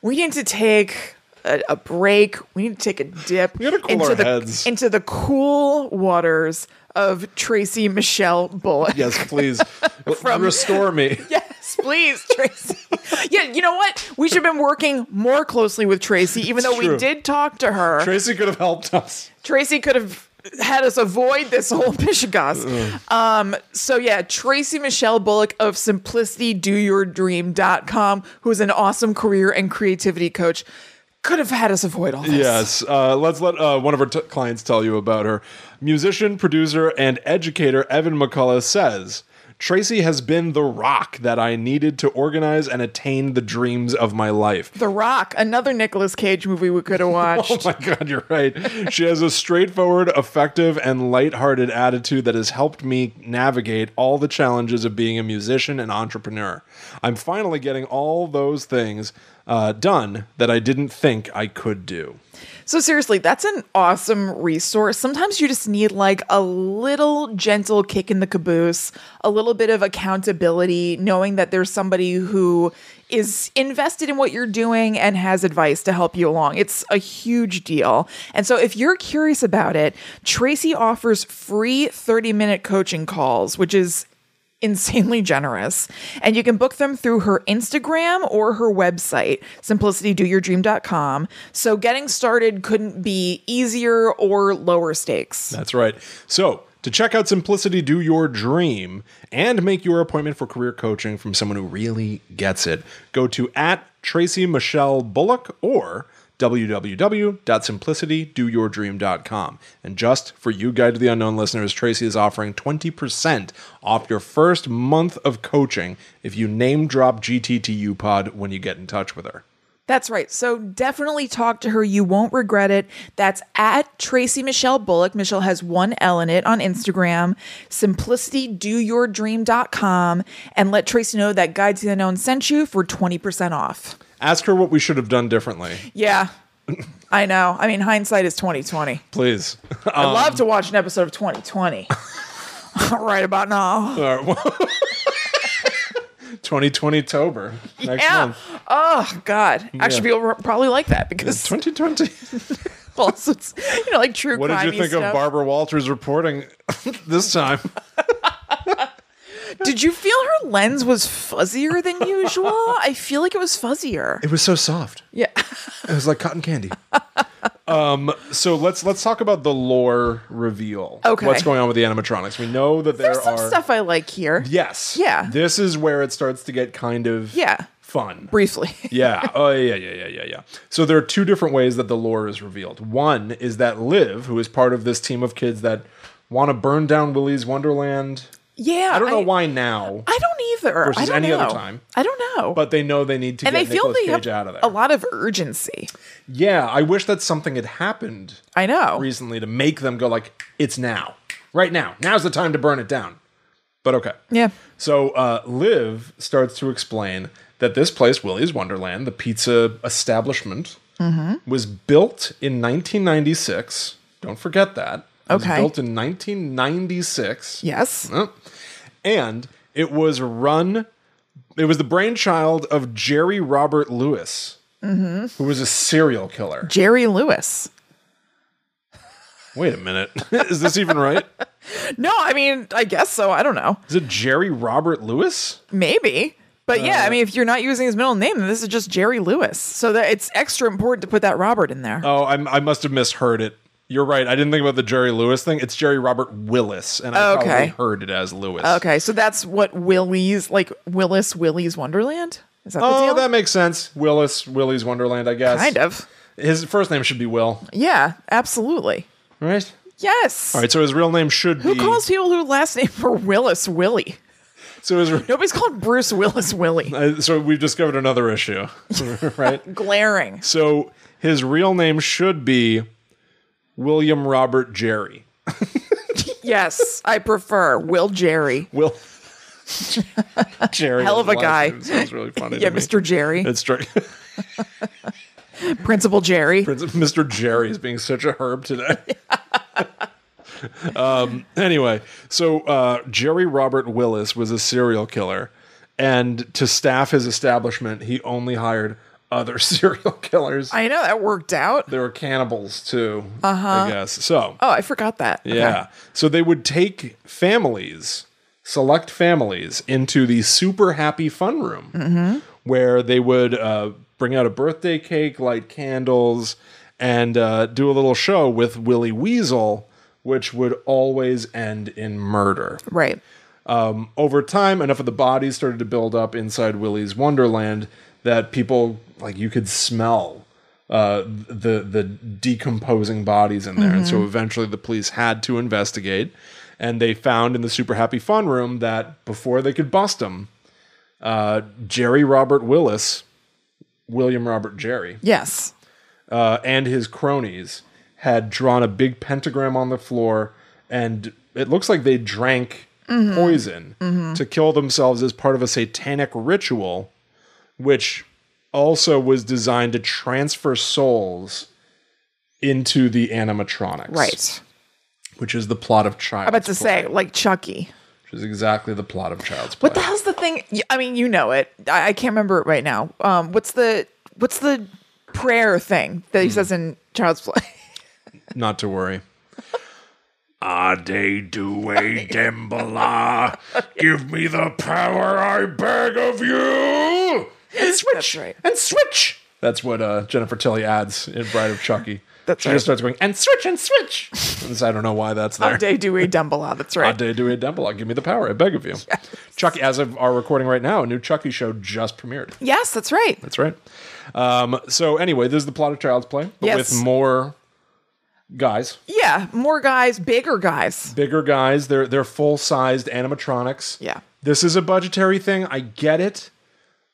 S2: we need to take a, a break. We need to take a dip
S1: gotta cool
S2: into
S1: our
S2: the
S1: heads.
S2: into the cool waters of Tracy Michelle Bullock.
S1: Yes, please restore me.
S2: <laughs> Yes, please, Tracy. <laughs> yeah, you know what? We should have been working more closely with Tracy, even though we
S1: true.
S2: did talk to her.
S1: Tracy could have helped us.
S2: Tracy could have had us avoid this whole <laughs> Michigas. Um, so yeah, Tracy Michelle Bullock of simplicitydoyourdream.com, who is an awesome career and creativity coach, could have had us avoid all this.
S1: Yes, uh, let's let uh, one of our t- clients tell you about her. Musician, producer, and educator Evan McCullough says Tracy has been the rock that I needed to organize and attain the dreams of my life.
S2: The Rock, another Nicolas Cage movie we could have
S1: Oh
S2: watched.
S1: my God, you're right. She has a straightforward, effective, and lighthearted attitude that has helped me navigate all the challenges of being a musician and entrepreneur. I'm finally getting all those things uh, done that I didn't think I could do.
S2: So seriously, that's an awesome resource. Sometimes you just need like a little gentle kick in the caboose, a little bit of accountability, knowing that there's somebody who is invested in what you're doing and has advice to help you along. It's a huge deal. And so if you're curious about it, Tracy offers free 30-minute coaching calls, which is insanely generous. And you can book them through her Instagram or her website, simplicitydoyourdream.com. So getting started couldn't be easier or lower stakes.
S1: That's right. So, to check out Simplicity Do Your Dream and make your appointment for career coaching from someone who really gets it, go to at Tracy Michelle Bullock or www.simplicitydoyourdream.com. And just for you Guide to the Unknown listeners, Tracy is offering 20% off your first month of coaching if you name drop GTTU pod when you get in touch with her.
S2: That's right. So definitely talk to her. You won't regret it. That's at Tracy Michelle Bullock. Michelle has one L in it on Instagram, simplicitydoyourdream.com, and let Tracy know that Guide to the Unknown sent you for 20% off.
S1: Ask her what we should have done differently,
S2: Yeah. I know. I mean, hindsight is 2020.
S1: please. <laughs>
S2: I'd
S1: Um,
S2: love to watch an episode of 2020. right about now.
S1: All <laughs> right, well- 2020 Tober next
S2: Yeah.
S1: month.
S2: Oh, God. Actually, people were- probably like that because
S1: 2020.
S2: <laughs> well, it's, it's, you know, like true
S1: What did you
S2: crimey
S1: think
S2: stuff.
S1: of Barbara Walters reporting <laughs> this time?
S2: Did you feel her lens was fuzzier
S1: <laughs>
S2: than usual? I feel like it was fuzzier.
S1: It was so soft.
S2: Yeah. <laughs>
S1: It was like cotton <laughs> candy. um, so let's let's talk about the lore reveal.
S2: Okay.
S1: what's going on with the animatronics? We know that there
S2: There's some
S1: are
S2: stuff I like here.
S1: yes,
S2: Yeah.
S1: This is where it starts to get kind of
S2: Yeah.
S1: fun.
S2: Briefly. <laughs>
S1: yeah. Oh, yeah, yeah, yeah, yeah, yeah. So there are two different ways that the lore is revealed. One is that Liv, who is part of this team of kids that want to burn down Willy's Wonderland.
S2: Yeah.
S1: I don't know why now,
S2: I don't either.
S1: Versus
S2: I don't
S1: any
S2: know.
S1: other time.
S2: I don't know.
S1: but they know they need to
S2: and
S1: get
S2: I feel
S1: Nicolas
S2: they
S1: Cage
S2: have
S1: out of there.
S2: a lot of urgency.
S1: yeah, I wish that something had happened
S2: I know.
S1: recently to make them go like, it's now, right now. Now's the time to burn it down. But okay.
S2: Yeah.
S1: So uh, Liv starts to explain that this place, Willie's Wonderland, the pizza establishment, was built in 1996. Don't forget that. It was
S2: Okay.
S1: built in 1996.
S2: Yes.
S1: Oh. And it was run, it was the brainchild of Jerry Robert Lewis, who was a serial killer.
S2: Jerry Lewis.
S1: Wait a minute. <laughs> Is this even right?
S2: No, I mean, I guess so. I don't know.
S1: Is it Jerry Robert Lewis?
S2: Maybe. But yeah,
S1: Uh,
S2: I mean, if you're not using his middle name, then this is just Jerry Lewis. So that it's extra important to put that Robert in there.
S1: Oh, I'm, I must have misheard it. You're right. I didn't think about the Jerry Lewis thing. It's Jerry Robert Willis, and I
S2: Oh, Okay.
S1: probably heard it as Lewis.
S2: Okay, so that's what Willie's like Willis Willie's Wonderland. Is that the
S1: Oh,
S2: deal?
S1: that makes sense. Willis, Willie's Wonderland, I guess.
S2: kind of.
S1: His first name should be Will,
S2: Yeah, absolutely.
S1: right?
S2: Yes.
S1: All right. So his real name should
S2: Who
S1: be.
S2: calls people who last name for Willis Willie?
S1: so his.
S2: Nobody's called Bruce Willis Willie.
S1: <laughs> Uh, so we've discovered another issue, <laughs> right?
S2: Glaring.
S1: So his real name should be William Robert Jerry.
S2: Yes, I prefer Will Jerry.
S1: Will. <laughs> Jerry.
S2: Hell of
S1: is
S2: a
S1: last
S2: guy.
S1: name Sounds really funny.
S2: <laughs> Yeah,
S1: to me.
S2: Mr. Jerry,
S1: It's <laughs> true.
S2: Principal Jerry.
S1: Prince- <laughs> Mr. Jerry is being such a herb today. <laughs> um, anyway, so uh, Jerry Robert Willis was a serial killer, and to staff his establishment, he only hired other <laughs> serial killers.
S2: I know that worked out.
S1: there were cannibals too, I guess. So,
S2: Oh, I forgot that. Okay.
S1: yeah. So they would take families, select families, into the super happy fun room where they would uh, bring out a birthday cake, light candles, and uh, do a little show with Willy Weasel, which would always end in murder.
S2: Right.
S1: Um, Over time, enough of the bodies started to build up inside Willy's Wonderland that people, like, you could smell. Uh, the the decomposing bodies in there, and so eventually the police had to investigate, and they found in the super happy fun room that before they could bust him, uh, Jerry Robert Willis, William Robert Jerry,
S2: Yes.
S1: uh, and his cronies had drawn a big pentagram on the floor, and it looks like they drank
S2: Mm-hmm.
S1: poison to kill themselves as part of a satanic ritual, which also was designed to transfer souls into the animatronics,
S2: Right.
S1: Which is the plot of Child's.
S2: About to
S1: Play,
S2: say like Chucky.
S1: which is exactly the plot of Child's Play.
S2: What the hell's the thing? y- I mean, you know it. I, I can't remember it right now. Um, what's the what's the prayer thing that he says in Child's <laughs> Play?
S1: Not to worry. Ah, they do <laughs> a dembala. Give me the power I beg of you. And switch.
S2: right.
S1: And switch. That's what uh, Jennifer Tilly adds in Bride of Chucky.
S2: That's
S1: she
S2: right.
S1: just starts going and switch and switch. And so I don't know why that's there.
S2: Day Dewey Dumbledore. That's right.
S1: Ah, they do a dembala. Give me the power I beg of you. Chucky, as of our recording right now, a new Chucky show just premiered.
S2: Yes, that's right.
S1: That's right. Um, so anyway, this is the plot of Child's Play, but
S2: Yes.
S1: with more guys,
S2: Yeah, more guys, bigger guys.
S1: bigger guys. They're they're full sized animatronics.
S2: Yeah.
S1: This is a budgetary thing. I get it.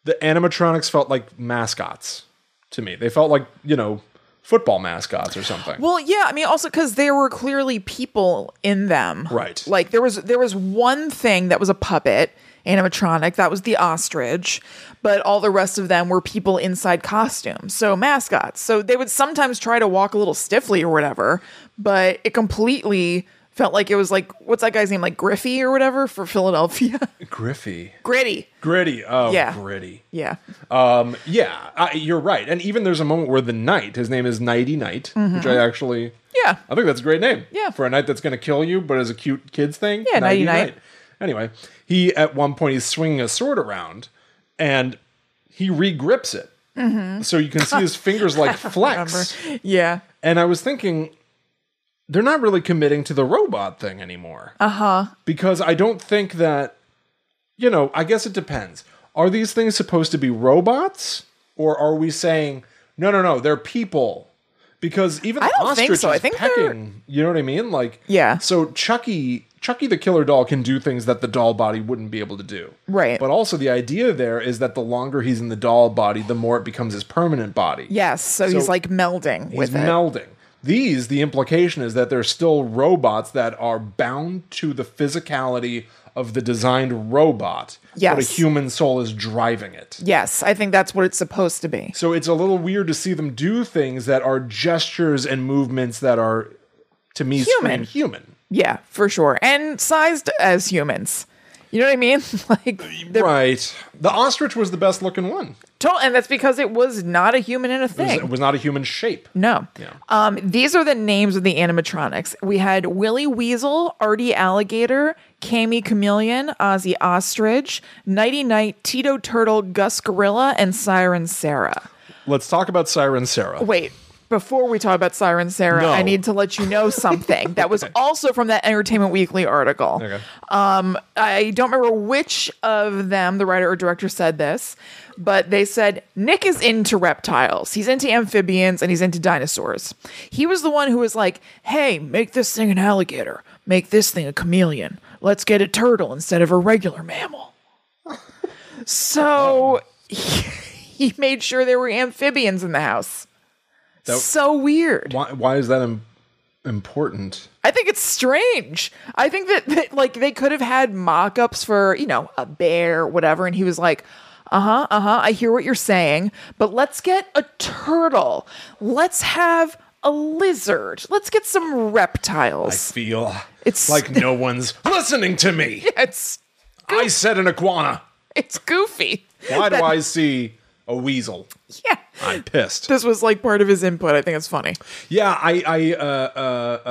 S1: The animatronics felt like mascots to me. They felt like you know football mascots or something.
S2: Well, yeah, I mean also cuz there were clearly people in them.
S1: Right.
S2: Like there was there was one thing that was a puppet animatronic, that was the ostrich, but all the rest of them were people inside costumes. So mascots. So they would sometimes try to walk a little stiffly or whatever, but it completely felt like it was like what's that guy's name like Griffey or whatever for Philadelphia. <laughs>
S1: Griffey,
S2: Gritty.
S1: gritty. Oh,
S2: Yeah.
S1: gritty.
S2: Yeah.
S1: Um, yeah, I, you're right. And even there's a moment where the knight, his name is Nighty Knight,
S2: Mm-hmm.
S1: which I actually,
S2: Yeah.
S1: I think that's a great name.
S2: Yeah.
S1: for a knight that's going to kill you, but is a cute kids thing.
S2: Yeah, Nighty Knight.
S1: Anyway, he at one point he's swinging a sword around, and he regrips it,
S2: Mm-hmm.
S1: so you can see
S2: <laughs>
S1: his fingers like flex.
S2: Yeah.
S1: And I was thinking, they're not really committing to the robot thing anymore. Uh huh.
S2: Uh-huh.
S1: Because I don't think that, you know, I guess it depends. Are these things supposed to be robots? Or are we saying, no, no, no, they're people? Because even the
S2: don't
S1: ostrich
S2: think so.
S1: is
S2: I think they're-
S1: pecking. You know what I mean? Like,
S2: Yeah.
S1: So Chucky, Chucky the killer doll can do things that the doll body wouldn't be able to do.
S2: Right.
S1: But also the idea there is that the longer he's in the doll body, the more it becomes his permanent body.
S2: Yes, so, he's like melding with
S1: He's
S2: it.
S1: melding. These, the implication is that they're still robots that are bound to the physicality of the designed robot, but a
S2: Yes.
S1: human soul is driving it.
S2: yes, I think that's what it's supposed to be.
S1: So it's a little weird to see them do things that are gestures and movements that are, to me, human.
S2: Human.
S1: Human.
S2: Yeah, for sure. And sized as humans. You know what I mean? <laughs>
S1: Uh,
S2: like they're
S1: Right. The ostrich was the best looking one.
S2: total and that's because it was not a human in a
S1: It was,
S2: thing.
S1: it was not a human shape.
S2: no. Um, these are the names of the animatronics. We had Willy Weasel, Artie Alligator, Cammy Chameleon, Ozzy Ostrich, Nighty Night, Tito Turtle, Gus Gorilla, and Siren Sarah.
S1: Let's talk about Siren Sarah.
S2: Wait, before we talk about Siren Sarah,
S1: No.
S2: I need to let you know something
S1: <laughs>
S2: that was also from that Entertainment Weekly article.
S1: Okay.
S2: Um, I don't remember which of them, the writer or director, said this, but they said Nick is into reptiles. He's into amphibians and he's into dinosaurs. He was the one who was like, hey, make this thing an alligator, make this thing a chameleon. Let's get a turtle instead of a regular mammal. so <laughs> he, he made sure there were amphibians in the house.
S1: That-
S2: so weird.
S1: Why, why is that im- important?
S2: I think it's strange. I think that, that like they could have had mock-ups for, you know, a bear, whatever, and he was like, uh-huh, uh-huh, I hear what you're saying, but let's get a turtle. Let's have a lizard. Let's get some reptiles.
S1: feel
S2: It's-
S1: like no one's listening to
S2: <laughs>
S1: me.
S2: It's
S1: I said an iguana.
S2: it's goofy.
S1: Why do I see a weasel?
S2: Yeah.
S1: I'm pissed.
S2: This was like part of his input. I think it's funny.
S1: Yeah, I, I, uh, uh,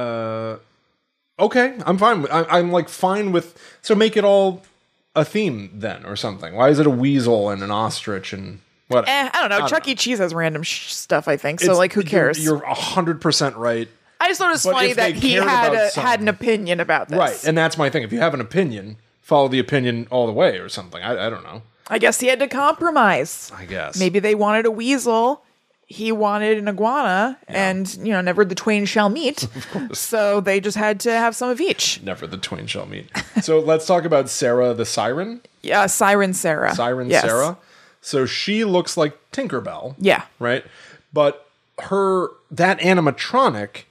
S1: uh, okay, I'm fine. With, I, I'm like fine with. So make it all a theme then, or something. Why is it a weasel and an ostrich and what?
S2: Eh, I don't know. Chuck E. Cheese has random sh- stuff, I think. So like who cares?
S1: You're a hundred percent right.
S2: I just thought it was
S1: But
S2: funny
S1: if they
S2: that he
S1: cared
S2: had
S1: about
S2: a, had
S1: something-
S2: an opinion about this.
S1: Right, and that's my thing. If you have an opinion, follow the opinion all the way, or something. I, I don't know.
S2: I guess he had to compromise.
S1: I guess
S2: Maybe they wanted a weasel. He wanted an iguana, and you know, never the twain
S1: <laughs>
S2: shall meet. so they just had to have some of each.
S1: never the twain shall meet. so let's talk about Sarah the siren.
S2: Yeah, Siren Sarah.
S1: Siren
S2: Yes.
S1: Sarah. So she looks like Tinkerbell.
S2: Yeah.
S1: Right? But her that animatronic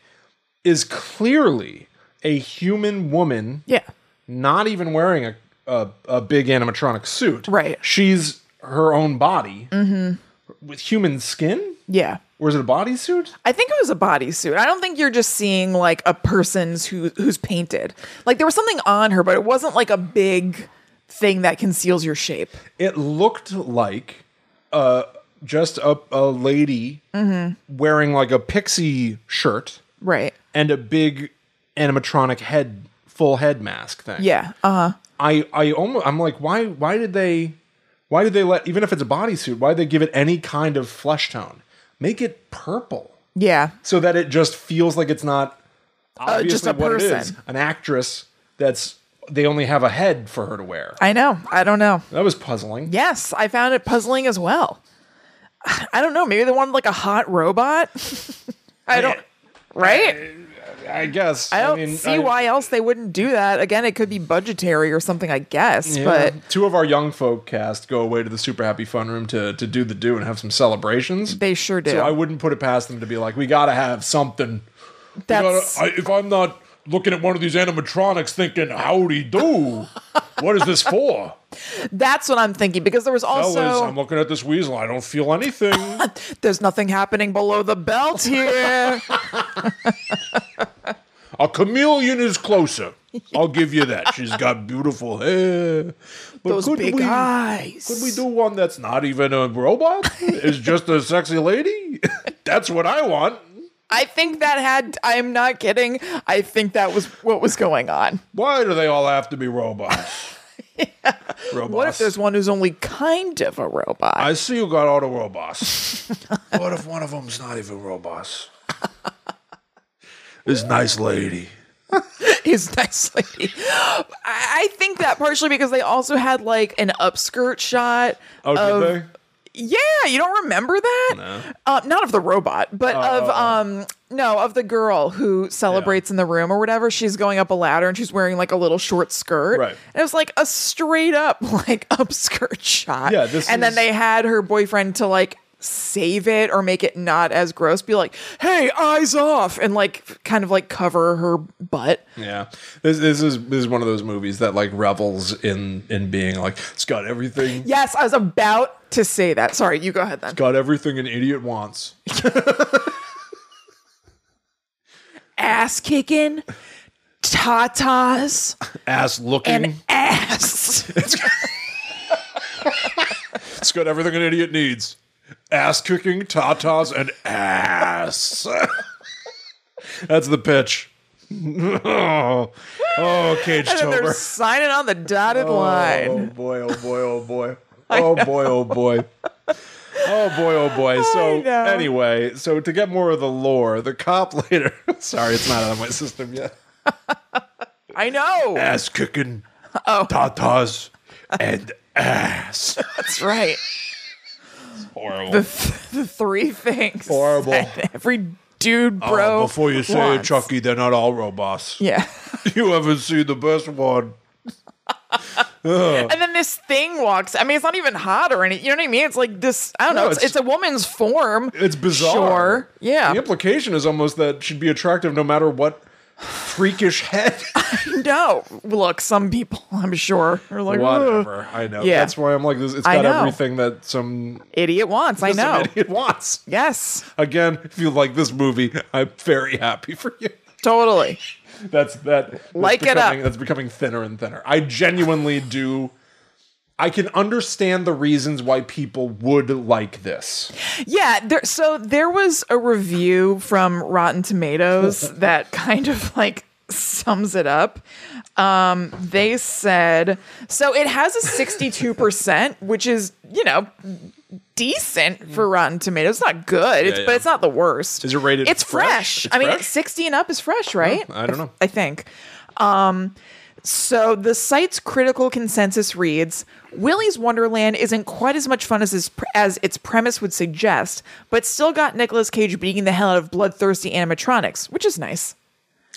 S1: is clearly a human woman
S2: Yeah.
S1: not even wearing a, a, a big animatronic suit.
S2: Right. Mm-hmm.
S1: Her own body with human skin?
S2: Yeah.
S1: Or is it a bodysuit?
S2: I think it was a bodysuit. I don't think you're just seeing like a person's who who's painted. Like there was something on her, but it wasn't like a big thing that conceals your shape.
S1: It looked like uh, just a, a lady
S2: Mm-hmm.
S1: wearing like a pixie shirt.
S2: Right.
S1: and a big animatronic head full head mask thing.
S2: Yeah. Uh huh.
S1: I I almost I'm like why why did they why did they let even if it's a bodysuit why did they give it any kind of flesh tone? Make it purple
S2: Yeah.
S1: so that it just feels like it's not obviously
S2: Uh, just a
S1: what it is.
S2: person.
S1: An actress that's they only have a head for her to wear.
S2: I know. I don't know.
S1: That was puzzling.
S2: Yes, I found it puzzling as well. <sighs> I don't know. Maybe they wanted like a hot robot. <laughs> I don't. Right?
S1: I guess.
S2: I don't
S1: mean,
S2: see
S1: I-
S2: why else they wouldn't do that. Again, it could be budgetary or something, I guess.
S1: Yeah.
S2: But
S1: two of our young folk cast go away to the super happy fun room to to do the do and have some celebrations.
S2: they sure do.
S1: So I wouldn't put it past them to be like, we gotta have something. We
S2: That's-
S1: gotta- I, if I'm not looking at one of these animatronics, thinking, "Howdy do," what is this for?
S2: That's what I'm thinking because there was
S1: Fellas,
S2: <laughs> also
S1: I'm looking at this weasel. I don't feel anything.
S2: there's nothing happening below the
S1: <laughs>
S2: belt here.
S1: A chameleon is closer. I'll give you that. She's got beautiful hair. But
S2: Those big
S1: we,
S2: eyes.
S1: Could we do one that's not even a robot? It's just a sexy lady? <laughs> that's what I want.
S2: I think that had. I'm not kidding. I think that was what was going on.
S1: Why do they all have to be
S2: <laughs>
S1: robots? Robots.
S2: What if there's one who's only kind of a robot?
S1: I see you got all the
S2: <laughs>
S1: robots. what if one of them's not even robots? This nice lady.
S2: is nice lady. I, I think that partially because they also had like an upskirt shot.
S1: Oh,
S2: of,
S1: did
S2: Yeah, you don't remember that? No. Uh, not of the robot, but
S1: Oh,
S2: of um no, of the girl who celebrates in the room or whatever. She's going up a ladder and she's wearing like a little short skirt.
S1: Right.
S2: And it was like a straight up <laughs> like upskirt shot.
S1: Yeah, this
S2: and
S1: is-
S2: then they had her boyfriend to like save it or make it not as gross be like hey eyes off and like kind of like cover her butt
S1: they? Yeah. This, this is this is one of those movies that like revels in in being like it's got everything
S2: Yes, I was about to say that. Sorry, you go ahead then.
S1: got everything an idiot wants.
S2: Ass kicking, tatas,
S1: Ass looking.
S2: <laughs> and ass.
S1: It's got everything an idiot needs. Ass kicking, tatas, and ass. <laughs> That's the pitch. <laughs> oh, oh, cage
S2: and they're
S1: tober.
S2: signing on the dotted line.
S1: Oh boy, oh boy, oh
S2: <laughs>
S1: boy. Oh boy, oh boy. Oh boy, oh boy. So
S2: know.
S1: anyway, so to get more of the lore, the cop <laughs> later. Sorry, it's not out of my system yet.
S2: I know.
S1: Ass kicking,
S2: Oh.
S1: tatas, and ass.
S2: That's right.
S1: Horrible.
S2: The, th- <laughs> the three things.
S1: Horrible.
S2: that every dude,
S1: Oh,
S2: bro.
S1: before you say it,
S2: wants.
S1: Chucky, they're not all robots.
S2: Yeah.
S1: <laughs> You haven't seen the best one.
S2: And then this thing walks. I mean, it's not even hot or anything. You know what I mean? It's like this. I don't know. it's,
S1: it's-
S2: it's a woman's form.
S1: It's bizarre.
S2: Sure. Yeah.
S1: The implication is almost that she'd be attractive no matter what freakish head.
S2: No. Look, some people, I'm sure, are like, "Ugh."
S1: Whatever. I know.
S2: Yeah.
S1: That's why I'm like this. It's
S2: I
S1: got
S2: know.
S1: everything that some,
S2: idiot wants. I
S1: some
S2: know.
S1: idiot wants.
S2: Yes,
S1: Again, if you like this movie, I'm very happy for you.
S2: totally.
S1: That's that. That's
S2: Like it up.
S1: becoming, That's becoming thinner and thinner. I genuinely do. I can understand the reasons why people would like this.
S2: Yeah. There, so there was a review from Rotten
S1: <laughs>
S2: Tomatoes that kind of like sums it up. Um, they said so it has a 62%, which is, you know, decent for Rotten Tomatoes. It's not good, it's,
S1: Mm. yeah.
S2: but it's not the worst.
S1: Is it rated
S2: It's
S1: fresh?
S2: fresh.
S1: It's
S2: I mean,
S1: fresh?
S2: 60 and up is fresh, right?
S1: I don't know.
S2: I think. Um, so the site's critical consensus reads: Willy's Wonderland isn't quite as much fun as his, as its premise would suggest, but still got Nicolas Cage beating the hell out of bloodthirsty animatronics, which is nice.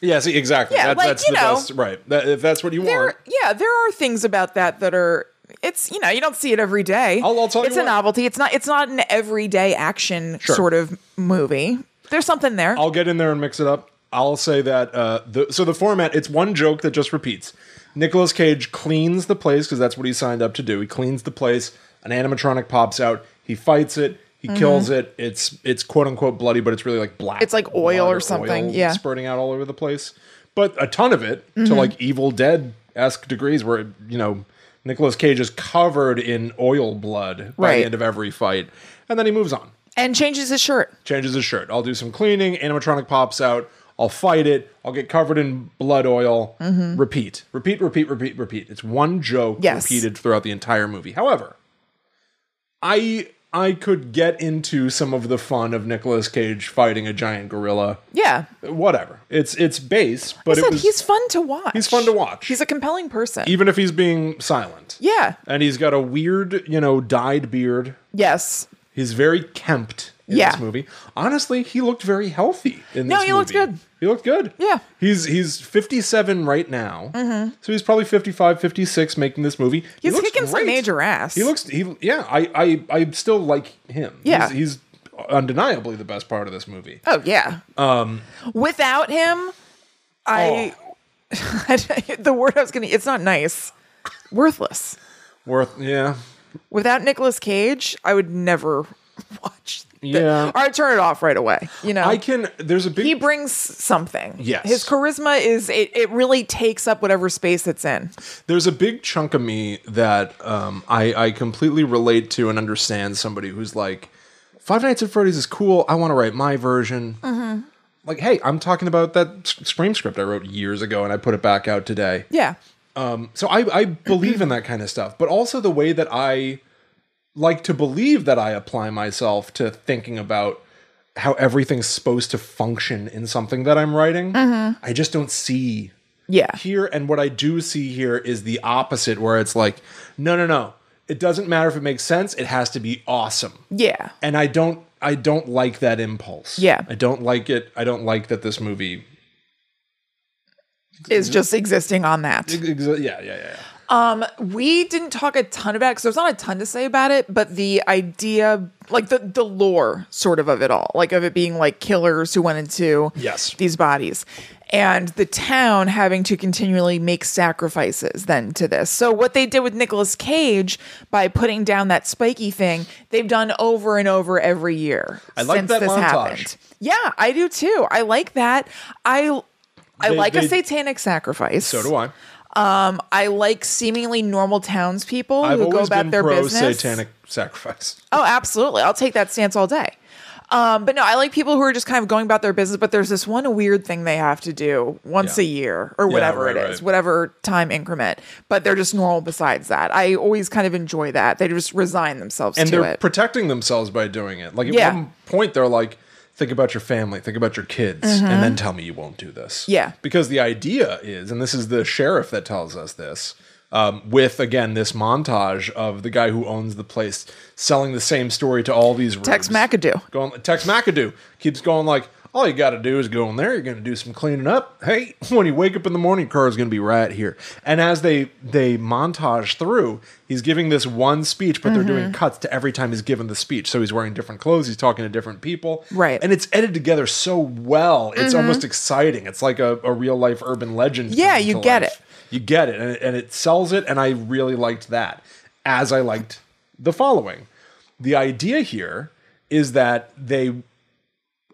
S1: Yeah, see, exactly.
S2: Yeah,
S1: that,
S2: like,
S1: that's
S2: you
S1: the
S2: know,
S1: best. Right. That, if that's what you want.
S2: There, yeah, there are things about that that are. It's you know you don't see it every day.
S1: I'll- I'll tell you
S2: it's a
S1: what.
S2: novelty. It's not it's not an everyday action
S1: Sure.
S2: sort of movie. There's something there.
S1: I'll get in there and mix it up. I'll say that uh, the so the format it's one joke that just repeats. Nicolas Cage cleans the place because that's what he signed up to do. He cleans the place. An animatronic pops out. He fights it. He kills it. It's it's quote unquote bloody, but it's really like black.
S2: Mm-hmm. It's like oil
S1: blood
S2: or something, yeah. Mm-hmm.
S1: spurting out all over the place. But a ton of it to like Evil Dead esque degrees, where you know Nicolas Cage is covered in oil blood by the
S2: Right.
S1: end of every fight, and then he moves on
S2: and changes his shirt.
S1: changes his shirt. I'll do some cleaning. Animatronic pops out. I'll fight it. I'll get covered in blood oil. Repeat, repeat, repeat, repeat, repeat. It's one joke
S2: Mm-hmm. Yes.
S1: repeated throughout the entire movie. However, I I could get into some of the fun of Nicolas Cage fighting a giant gorilla.
S2: Yeah,
S1: Whatever. It's it's base, but
S2: I
S1: it
S2: said
S1: was
S2: he's fun to watch.
S1: he's fun to watch.
S2: He's a compelling person.
S1: even if he's being silent.
S2: yeah.
S1: And he's got a weird, you know, dyed beard.
S2: Yes.
S1: He's very kempt in
S2: Yeah.
S1: this movie. Honestly, he looked very healthy in
S2: No,
S1: this
S2: he looked
S1: movie.
S2: good.
S1: He looked good.
S2: Yeah. Mm-hmm.
S1: He's he's 57 right now. So he's probably 55, 56 making this movie.
S2: He's kicking some major ass.
S1: He looks he yeah, I I I still like him.
S2: Yeah.
S1: He's, he's undeniably the best part of this movie.
S2: Oh yeah. Um, without him, I,
S1: Oh.
S2: <laughs> the word I was gonna it's not nice, worthless.
S1: Worth yeah.
S2: Without Nicolas Cage, I would never <laughs> watch. the-
S1: Yeah.
S2: or I'd turn it off right away. You know,
S1: I can there's a big
S2: Um, he brings something.
S1: Yes.
S2: his charisma is it. It really takes up whatever space it's in.
S1: there's a big chunk of me that um, I, I completely relate to and understand somebody who's like, Five Nights at Freddy's is cool. I want to write my version. Like, hey, I'm talking about that s- Scream script I wrote years ago and I put it back out today.
S2: Yeah,
S1: Um, so I, I believe in that kind of stuff, but also the way that I like to believe that I apply myself to thinking about how everything's supposed to function in something that I'm writing. I just don't see
S2: yeah,
S1: here and what I do see here is the opposite where it's like no no no it doesn't matter if it makes sense it has to be awesome
S2: yeah.
S1: and I don't I don't like that impulse
S2: Yeah.
S1: I don't like it I don't like that this movie
S2: Is just existing on that.
S1: ex- yeah yeah yeah, yeah.
S2: Um, We didn't talk a ton about it because there's not a ton to say about it, but the idea, like the the lore, sort of of it all, like of it being like killers who went into
S1: Yes.
S2: these bodies, and the town having to continually make sacrifices then to this. So what they did with Nicolas Cage by putting down that spiky thing, they've done over and over every year I
S1: like
S2: since
S1: that
S2: this
S1: montage.
S2: happened. Yeah, I do too. I like that. I I
S1: They-
S2: like a
S1: they-
S2: satanic sacrifice.
S1: so do I
S2: Um, I like seemingly normal townspeople
S1: I've
S2: who go
S1: always
S2: about
S1: been
S2: their
S1: pro
S2: business.
S1: satanic sacrifice
S2: Oh, absolutely. I'll take that stance all day. Um, but no, I like people who are just kind of going about their business, but there's this one weird thing they have to do once
S1: Yeah.
S2: a year or whatever
S1: right,
S2: it is,
S1: right.
S2: whatever time increment. But they're just normal besides that. I always kind of enjoy that. They just resign themselves
S1: and
S2: to
S1: they're
S2: it.
S1: protecting themselves by doing it like at
S2: Yeah.
S1: one point they're like think about your family think about your kids and then tell me you won't do this
S2: Mm-hmm. Yeah.
S1: because the idea is and this is the sheriff that tells us this um, with again this montage of the guy who owns the place selling the same story to all these rooms.
S2: Tex McAdoo.
S1: going tex mcadoo keeps going like all you got to do is go in there you're going to do some cleaning up hey <laughs> when you wake up in the morning your car is going to be right here and as they they montage through he's giving this one speech but they're doing cuts to every time he's given the speech so he's wearing different clothes he's talking to different people
S2: Right.
S1: and it's edited together so well it's almost exciting it's like a, a real life urban legend
S2: Yeah,
S1: coming
S2: you
S1: to
S2: get
S1: life.
S2: it.
S1: you get it and, it and it sells it and i really liked that as i liked the following the idea here is that they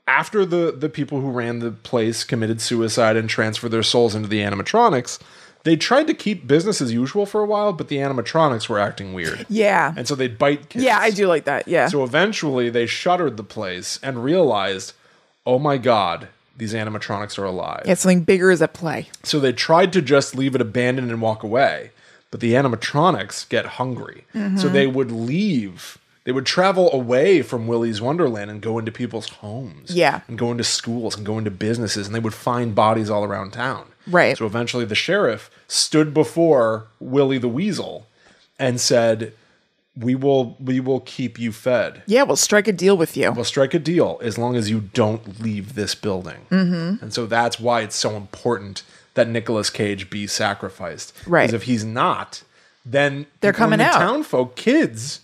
S1: after the the people who ran the place committed suicide and transferred their souls into the animatronics they tried to keep business as usual for a while but the animatronics were acting weird
S2: Yeah.
S1: and so they'd bite kids
S2: yeah, I do like that. Yeah.
S1: so eventually they shuttered the place and realized oh my god these animatronics are alive
S2: yeah, something bigger is at play.
S1: so they tried to just leave it abandoned and walk away, but the animatronics get hungry.
S2: Mm-hmm.
S1: So they would leave. They would travel away from Willy's Wonderland and go into people's homes.
S2: Yeah.
S1: And go into schools and go into businesses and they would find bodies all around town.
S2: Right.
S1: So eventually the sheriff stood before Willy the Weasel and said, We will we will keep you fed
S2: Yeah, we'll strike a deal with you.
S1: we'll strike a deal as long as you don't leave this building.
S2: Mm-hmm.
S1: And so that's why it's so important that Nicolas Cage be sacrificed.
S2: Right.
S1: Because if he's not, then
S2: They're
S1: people in
S2: coming
S1: the
S2: out.
S1: Town folk, kids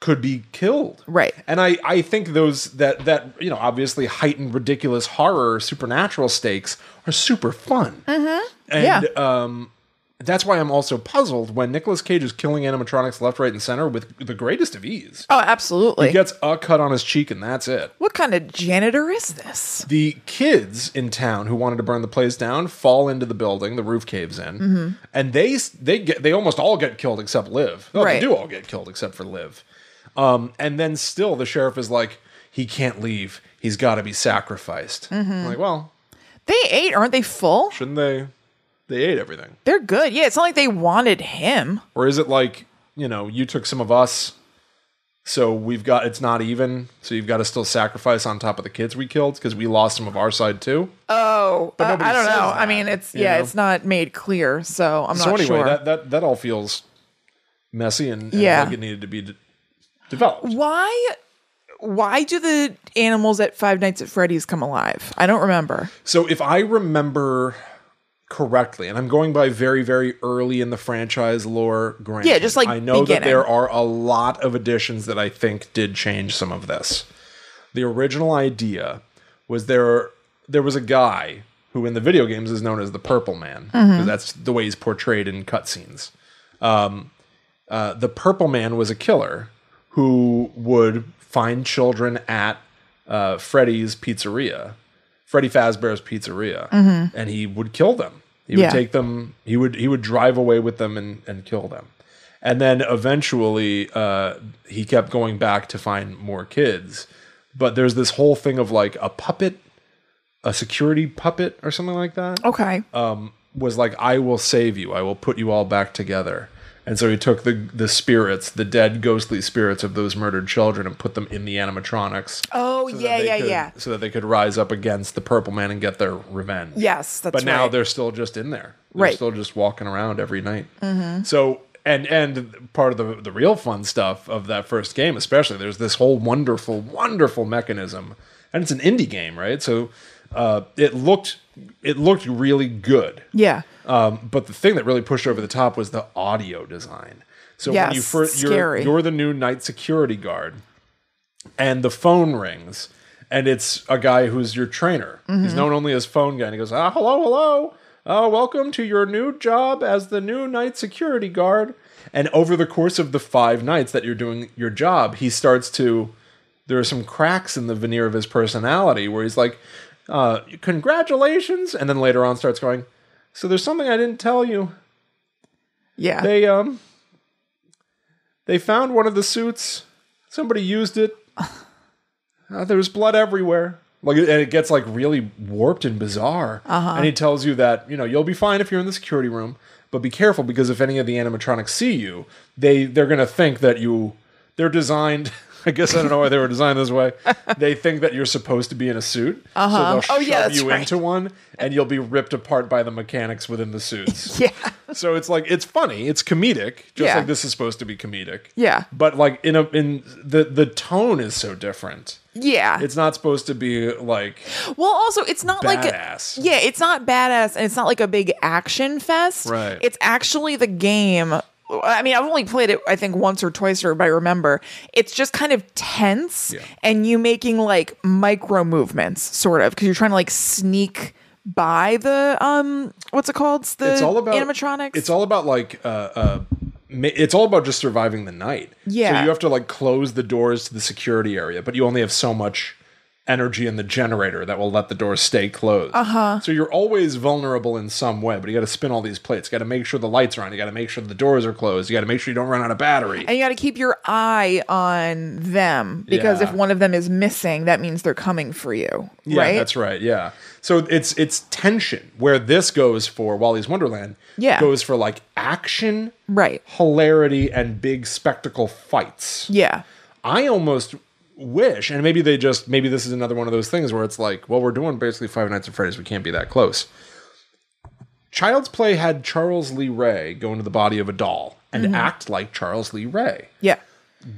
S1: could be killed.
S2: Right.
S1: And I, I think those that that you know obviously heightened ridiculous horror supernatural stakes are super fun. And
S2: Mm-hmm. Yeah.
S1: um that's why I'm also puzzled when Nicolas Cage is killing animatronics left, right, and center with the greatest of ease.
S2: oh, absolutely.
S1: He gets a cut on his cheek and that's it.
S2: what kind of janitor is this?
S1: The kids in town who wanted to burn the place down fall into the building, the roof caves in, and they s- they get they almost all get killed except Liv. No, they
S2: Right.
S1: do all get killed except for Liv. Um, and then still the sheriff is like, he can't leave. He's got to be sacrificed. I'm like, well,
S2: They ate, aren't they full?
S1: shouldn't they? They ate everything,
S2: They're good. Yeah, it's not like they wanted him.
S1: or is it like you know you took some of us, so we've got it's not even. So you've got to still sacrifice on top of the kids we killed because we lost some of our side too.
S2: Oh, uh,
S1: nobody
S2: I don't know.
S1: says
S2: I
S1: that,
S2: mean, it's
S1: you
S2: yeah,
S1: know?
S2: it's not made clear, so I'm
S1: so
S2: not
S1: anyway,
S2: sure.
S1: that, that that all feels messy and, and
S2: Yeah.
S1: like it needed to be d- developed.
S2: Why? Why do the animals at Five Nights at Freddy's come alive? I don't remember.
S1: So if I remember correctly, and I'm going by very, very early in the franchise lore, granted,
S2: Yeah, just, like,
S1: I know that
S2: beginning.
S1: there are a lot of additions that I think did change some of this. The original idea was there there was a guy who in the video games is known as the Purple Man.
S2: Mm-hmm.
S1: 'cause That's the way he's portrayed in cutscenes. Um, uh, the Purple Man was a killer who would find children at uh, Freddy's Pizzeria Freddy Fazbear's Pizzeria, and he would kill them. He would
S2: Yeah.
S1: take them. He would he would drive away with them and and kill them. And then eventually, uh, he kept going back to find more kids. But there's this whole thing of like a puppet, a security puppet or something like that
S2: Okay.
S1: Uh, was like, "I will save you. I will put you all back together." And so he took the the spirits, the dead ghostly spirits of those murdered children, and put them in the animatronics.
S2: oh
S1: so that
S2: yeah,
S1: they
S2: yeah,
S1: could-
S2: yeah.
S1: So that they could rise up against the Purple Man and get their revenge.
S2: Yes, that's
S1: But now
S2: right.
S1: they're still just in there. They're
S2: Right. Mm-hmm.
S1: still just walking around every night. So and and part of the the real fun stuff of that first game, especially, there's this whole wonderful, wonderful mechanism, and it's an indie game, right? So uh, it looked it looked really good.
S2: yeah.
S1: Um, but the thing that really pushed over the top was the audio design. So when
S2: Yes,
S1: you first you're,
S2: scary.
S1: you're the new night security guard, and the phone rings, and it's a guy who's your trainer.
S2: Mm-hmm.
S1: He's known only as phone guy, and he goes, "Ah, hello, hello, uh, welcome to your new job as the new night security guard." And over the course of the five nights that you're doing your job, he starts to there are some cracks in the veneer of his personality where he's like, uh, congratulations. And then later on starts going, so there's something I didn't tell you.
S2: Yeah.
S1: They, um, they found one of the suits. Somebody used it. Uh, there was blood everywhere. Like, and it gets like really warped and bizarre. Uh-huh. And he tells you that, you know, you'll be fine if you're in the security room, but be careful because if any of the animatronics see you, they, they're going to think that you, they're designed. <laughs> I guess I don't know why they were designed this
S2: <laughs>
S1: way. they think that you're supposed to be in a suit. Uh-huh. So
S2: Oh,
S1: they'll shove
S2: yeah, that's
S1: you
S2: right.
S1: into one and you'll be ripped apart by the mechanics within the suits.
S2: <laughs> <laughs> yeah.
S1: So it's like it's funny, it's comedic, just
S2: Yeah.
S1: like this is supposed to be comedic.
S2: Yeah.
S1: But like in a in the the tone is so different.
S2: Yeah.
S1: It's not supposed to be like
S2: Well, also, it's not like
S1: Badass.
S2: a, yeah, it's not badass, and it's not like a big action fest.
S1: Right.
S2: It's actually the game. I mean, I've only played it, I think, once or twice, or if I remember. It's just kind of tense,
S1: Yeah.
S2: and you making like micro movements, sort of, because you're trying to like sneak by the um, what's it called? It's The
S1: it's all about
S2: animatronics.
S1: It's all about like uh uh ma- it's all about just surviving the night.
S2: Yeah.
S1: So you have to like close the doors to the security area, but you only have so much energy in the generator that will let the doors stay closed. Uh-huh. So you're always vulnerable in some way, but you got to spin all these plates. You got to make sure the lights are on. You got to make sure the doors are closed. You got to make sure you don't run out of battery.
S2: and you got to keep your eye on them because
S1: Yeah.
S2: if one of them is missing, that means they're coming for you,
S1: Yeah,
S2: right?
S1: that's right. Yeah. So it's it's tension where this goes for Wally's Wonderland.
S2: Yeah.
S1: Goes for like action,
S2: right.
S1: hilarity, and big spectacle fights.
S2: Yeah,
S1: I almost wish, and maybe they just maybe this is another one of those things where it's like, well, we're doing basically Five Nights at Freddy's. We can't be that close. Child's Play had Charles Lee Ray go into the body of a doll and
S2: Mm-hmm.
S1: act like Charles Lee Ray
S2: yeah.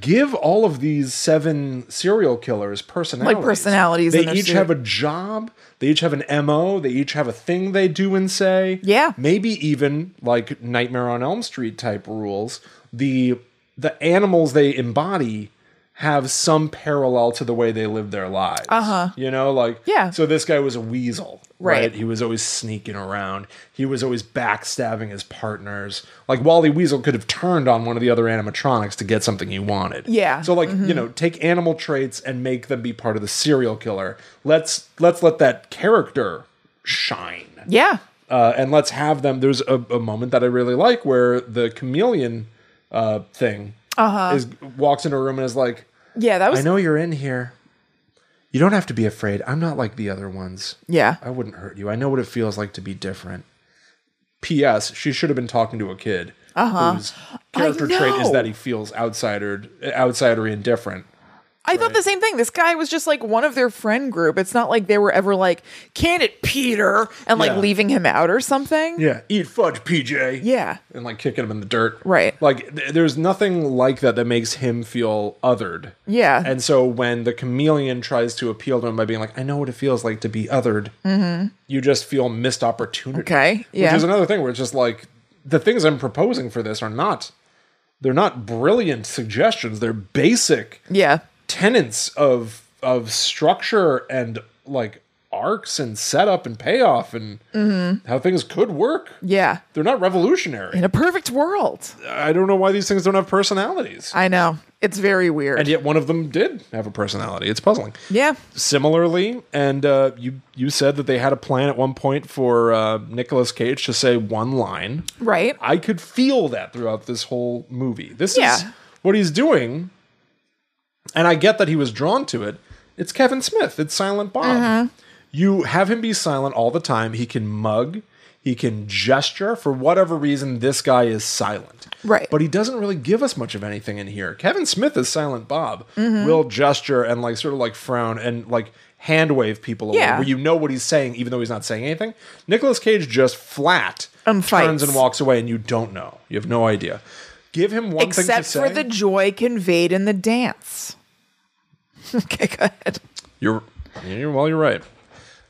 S1: give all of these seven serial killers personalities.
S2: personalities
S1: They
S2: in their
S1: each
S2: suit.
S1: have a job. They each have an MO. They each have a thing they do and say.
S2: Yeah.
S1: Maybe even like Nightmare on Elm Street type rules. The the animals they embody have some parallel to the way they live their lives. Uh-huh. You know, like
S2: Yeah.
S1: So this guy was a weasel.
S2: Right.
S1: He was always sneaking around. He was always backstabbing his partners. Like Wally Weasel could have turned on one of the other animatronics to get something he wanted.
S2: Yeah. Mm-hmm.
S1: So like you know, take animal traits and make them be part of the serial killer. Let's let's let that character shine.
S2: Yeah.
S1: Uh, and let's have them. There's a, a moment that I really like where the chameleon uh, thing
S2: Uh-huh.
S1: is walks into a room and is like,
S2: Yeah, that
S1: "I
S2: was
S1: know you're in here. You don't have to be afraid. I'm not like the other ones.
S2: yeah.
S1: I wouldn't hurt you. I know what it feels like to be different. P.S. She should have been talking to a kid whose character trait is
S2: Uh-huh. know.
S1: that he feels outsidered, outsidery and different.
S2: I thought the same thing. This guy was just like one of their friend group. It's not like they were ever like, "Can it, Peter?" and like
S1: Yeah.
S2: leaving him out or something.
S1: Yeah, eat fudge, PJ.
S2: Yeah.
S1: and like kicking him in the dirt.
S2: Right.
S1: Like th- there's nothing like that that makes him feel othered.
S2: Yeah.
S1: And so when the chameleon tries to appeal to him by being like, I know what it feels like to be othered, you just feel missed opportunity.
S2: Mm-hmm. Okay, yeah.
S1: Which is another thing where it's just like the things I'm proposing for this are not they're not brilliant suggestions. They're basic
S2: yeah.
S1: tenets of of structure and like arcs and setup and payoff and
S2: Mm-hmm.
S1: how things could work.
S2: Yeah.
S1: They're not revolutionary.
S2: In a perfect world.
S1: I don't know why these things don't have personalities.
S2: I know. It's very weird.
S1: and yet one of them did have a personality. It's puzzling.
S2: yeah.
S1: Similarly, and uh, you you said that they had a plan at one point for uh, Nicolas Cage to say one line.
S2: Right.
S1: I could feel that throughout this whole movie. This is
S2: Yeah.
S1: what he's doing, and I get that he was drawn to it. It's Kevin Smith. It's Silent Bob.
S2: Mm-hmm.
S1: You have him be silent all the time. He can mug. He can gesture. For whatever reason, this guy is silent.
S2: Right.
S1: But he doesn't really give us much of anything in here. Kevin Smith is Silent Bob.
S2: Mm-hmm.
S1: Will gesture and like sort of like frown and like hand wave people away
S2: Yeah.
S1: where you know what he's saying even though he's not saying anything. Nicolas Cage just flat
S2: Um,
S1: turns
S2: fights.
S1: and walks away and you don't know. You have no idea. Give him one
S2: Except
S1: thing to
S2: for
S1: say.
S2: the joy conveyed in the dance. <laughs> okay, go ahead.
S1: you're, you're well, you're right.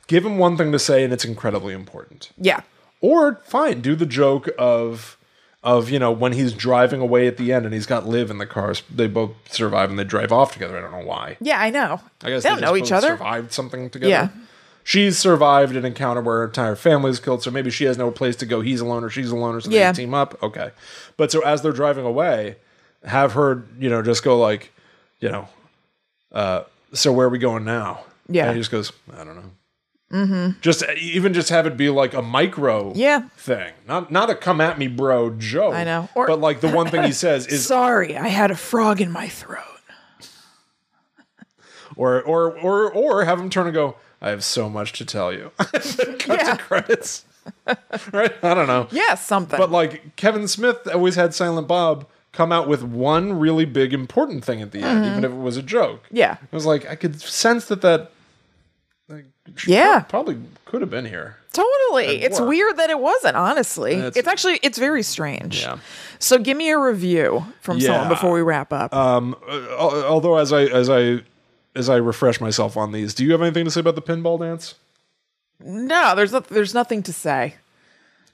S1: Give him one thing to say and it's incredibly important.
S2: Yeah.
S1: Or fine, do the joke of of you know when he's driving away at the end and he's got Liv in the car. They both survive and they drive off together. I don't know why.
S2: Yeah, I know.
S1: I guess
S2: they don't
S1: just
S2: know each
S1: both
S2: other.
S1: Survived something together.
S2: Yeah.
S1: She's survived an encounter where her entire family's killed, so maybe she has no place to go. He's alone, or she's alone, or so
S2: Yeah.
S1: they team up. Okay, but so as they're driving away, have her, you know, just go like, you know, uh, so where are we going now?
S2: Yeah.
S1: and he just goes, I don't know. Mm-hmm. Just even just have it be like a micro,
S2: Yeah.
S1: thing, not not a come at me, bro, joke.
S2: I know. Or-
S1: but like the one
S2: <laughs>
S1: thing he says is
S2: Sorry, I had a frog in my throat.
S1: or or or or have him turn and go. I have so much to tell you. <laughs> Cuts
S2: Yeah.
S1: to credits, <laughs> right? I don't know,
S2: Yeah, something.
S1: but like Kevin Smith always had Silent Bob come out with one really big important thing at the end, even if it was a joke.
S2: Mm-hmm. yeah.
S1: I was like, I could sense that that. Like, sh-
S2: Yeah.
S1: probably could have been here.
S2: Totally.
S1: At
S2: It's
S1: work.
S2: weird that it wasn't, honestly.
S1: That's-
S2: it's actually it's very strange.
S1: Yeah.
S2: So give me a review from someone
S1: Yeah.
S2: before we wrap up.
S1: Um, uh, al- although as I as I as I refresh myself on these, do you have anything to say about the pinball dance?
S2: no, there's not, there's nothing to say.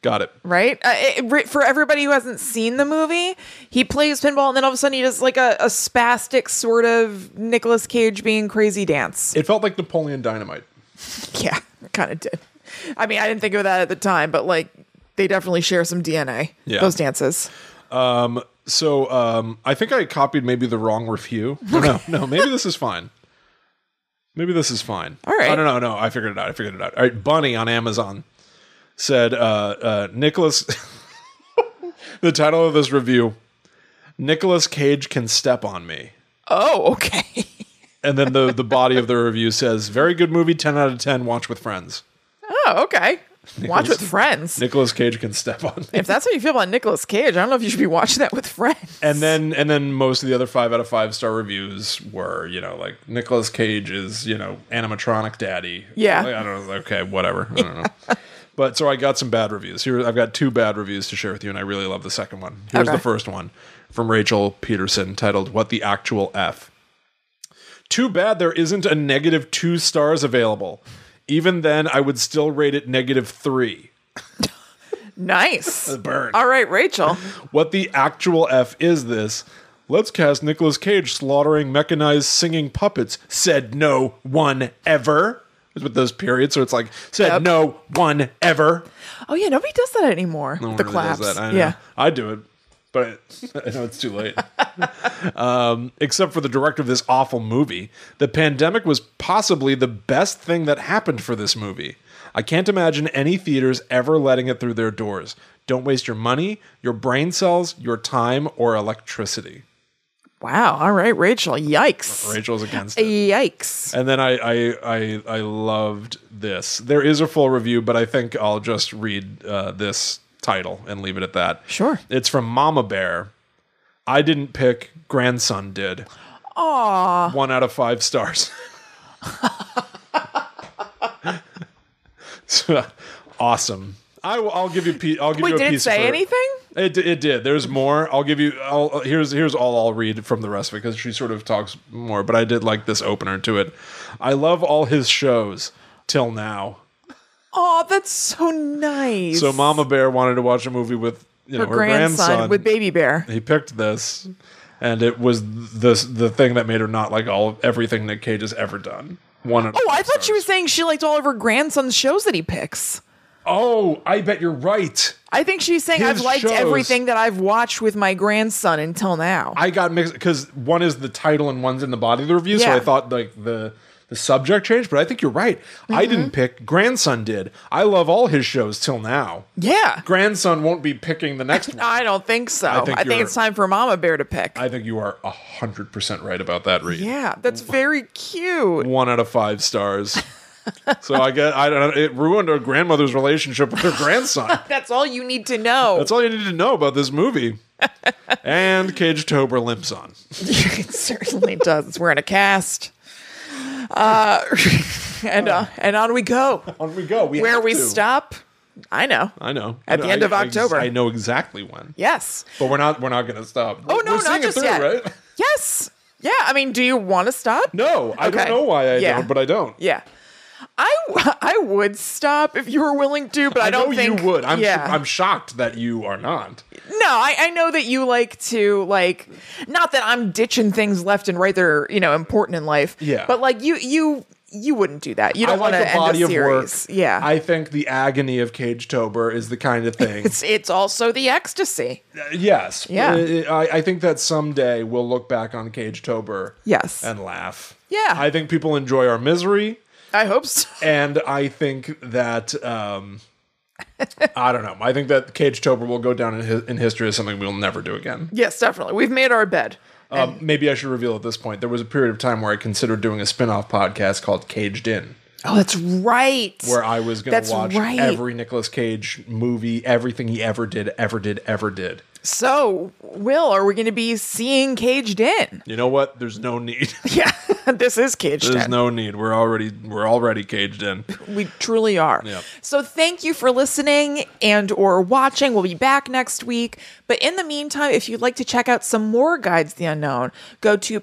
S1: Got it.
S2: right? Uh, it- it- for everybody who hasn't seen the movie, he plays pinball, and then all of a sudden he does like a, a spastic sort of Nicolas Cage being
S1: <laughs>
S2: crazy dance.
S1: It felt like Napoleon Dynamite.
S2: yeah, kind of did. I mean, I didn't think of that at the time, but like they definitely share some DNA.
S1: Yeah.
S2: Those dances.
S1: So um, I think I copied maybe the wrong
S2: <laughs>
S1: review. No, no, no, maybe this is fine. Maybe this is fine.
S2: All right.
S1: I don't know. No, I figured it out. I figured it out. All right. Bunny on Amazon said uh, uh, Nicholas. <laughs> the title of this review: Nicholas Cage can step on me.
S2: Oh, okay. <laughs>
S1: And then the the body of the review says, "Very good movie. Ten out of ten. Watch with friends.
S2: oh, okay. Watch with friends.
S1: Nicholas Cage can step on me."
S2: if that's how you feel about Nicolas Cage, I don't know if you should be watching that with friends.
S1: And then and then most of the other five out of five star reviews were, you know, like Nicolas Cage is, you know, animatronic daddy.
S2: Yeah.
S1: Like, I don't know. Okay, whatever. I don't know.
S2: <laughs>
S1: But so I got some bad reviews. Here I've got two bad reviews to share with you, and I really love the second one. Here's
S2: Okay.
S1: the first one from Rachel Peterson titled What the Actual F. Too bad there isn't a negative two stars available. Even then, I would still rate it negative three.
S2: nice.
S1: Burn.
S2: All right, Rachel.
S1: What the actual F is this? Let's cast Nicolas Cage slaughtering mechanized singing puppets. Said no one ever. Is with those periods, so it's like said
S2: Yep.
S1: no one ever.
S2: Oh yeah, nobody does that anymore.
S1: No one
S2: the
S1: really
S2: claps.
S1: does that. I know.
S2: Yeah.
S1: I do it, but <laughs> I know it's too late. <laughs> um, except for the director of this awful movie, the pandemic was possibly the best thing that happened for this movie. I can't imagine any theaters ever letting it through their doors. Don't waste your money, your brain cells, your time, or electricity.
S2: Wow. All right, Rachel. Yikes.
S1: Rachel's against it.
S2: Yikes.
S1: And then I, I I I loved this. There is a full review, but I think I'll just read uh, this title and leave it at that.
S2: Sure.
S1: It's from Mama Bear. I didn't pick, grandson did.
S2: Aw.
S1: One out of five
S2: <laughs>
S1: stars. <laughs> so, uh, awesome. I will, I'll give you. Pe- I'll give
S2: Wait,
S1: you a
S2: did it
S1: piece for-
S2: say anything?
S1: It, di- it did. There's more. I'll give you. I'll, uh, here's here's all I'll read from the rest of it because she sort of talks more. But I did like this opener to it. I love all his shows till now.
S2: Oh, that's so nice.
S1: So Mama Bear wanted to watch a movie with you know her, grandson,
S2: with Baby Bear.
S1: he picked this, and it was the the thing that made her not like all of everything Nick Cage has ever done. One.
S2: Oh, I thought she was saying she liked all of her grandson's shows that he picks.
S1: Oh, I bet you're right.
S2: I think she's saying
S1: His
S2: I've liked
S1: shows-
S2: everything that I've watched with my grandson until now.
S1: I got mixed because one is the title and one's in the body of the review. So
S2: Yeah.
S1: I thought like the the subject changed, but I think you're right. I
S2: Mm-hmm.
S1: didn't pick. Grandson did. I love all his shows till now.
S2: yeah.
S1: Grandson won't be picking the next one.
S2: I don't think so. I
S1: think
S2: think,
S1: you're-
S2: it's time for Mama Bear to pick.
S1: I think you are hundred percent right about that, Reed.
S2: yeah, that's very cute.
S1: One out of five stars. so I get I don't know. It ruined her grandmother's relationship with her grandson.
S2: That's all you need to know. <laughs>
S1: That's all you need to know about this movie. and Cage Tober limps on.
S2: it certainly does. It's wearing a cast. Uh, <laughs> and uh, and on we go.
S1: On we go. We
S2: Where
S1: have
S2: we
S1: to.
S2: stop, I know.
S1: I know.
S2: At
S1: I-
S2: the end of
S1: I- I-
S2: October.
S1: I know exactly when.
S2: Yes.
S1: But we're not we're not gonna stop.
S2: Oh no,
S1: we're seeing
S2: not
S1: it
S2: just
S1: through,
S2: yet.
S1: right?
S2: Yes. Yeah. I mean, do you want to stop?
S1: No, I don't
S2: Okay.
S1: know why I
S2: Yeah.
S1: don't, but I don't.
S2: Yeah. I, <laughs> I would stop if you were willing to, but I,
S1: I,
S2: don't
S1: know
S2: think
S1: you would. I'm
S2: yeah.
S1: I'm shocked that you are not.
S2: No, I, I know that you like to like not that I'm ditching things left and right that are, you know, important in life.
S1: Yeah.
S2: But like you you you wouldn't do that. You don't
S1: I
S2: want
S1: like
S2: to
S1: the
S2: end
S1: body
S2: a
S1: of work.
S2: series. Yeah.
S1: I think the agony of Cage Tober is the
S2: <laughs>
S1: kind of thing.
S2: it's it's also the ecstasy.
S1: yes.
S2: Yeah.
S1: Uh, I, I think that someday we'll look back on Cage Tober
S2: Yes.
S1: and laugh.
S2: Yeah.
S1: I think people enjoy our misery.
S2: I hope so. <laughs>
S1: and I think that um, I don't know. I think that Cage Tober will go down in, his, in history as something we'll never do again.
S2: Yes, definitely. We've made our bed.
S1: Um, maybe I should reveal at this point there was a period of time where I considered doing a spin-off podcast called Caged In,
S2: Oh, that's right.
S1: where I was going
S2: That's
S1: to watch
S2: right.
S1: every Nicolas Cage movie, everything he ever did, ever did, ever did.
S2: so, Will, are we going to be seeing Caged In? <laughs>
S1: You know what? There's no need. <laughs>
S2: Yeah, this is Caged
S1: There's
S2: In.
S1: no need. We're already we're already caged in.
S2: we truly are.
S1: Yep.
S2: So thank you for listening and or watching. We'll be back next week. But in the meantime, if you'd like to check out some more Guides to the Unknown, go to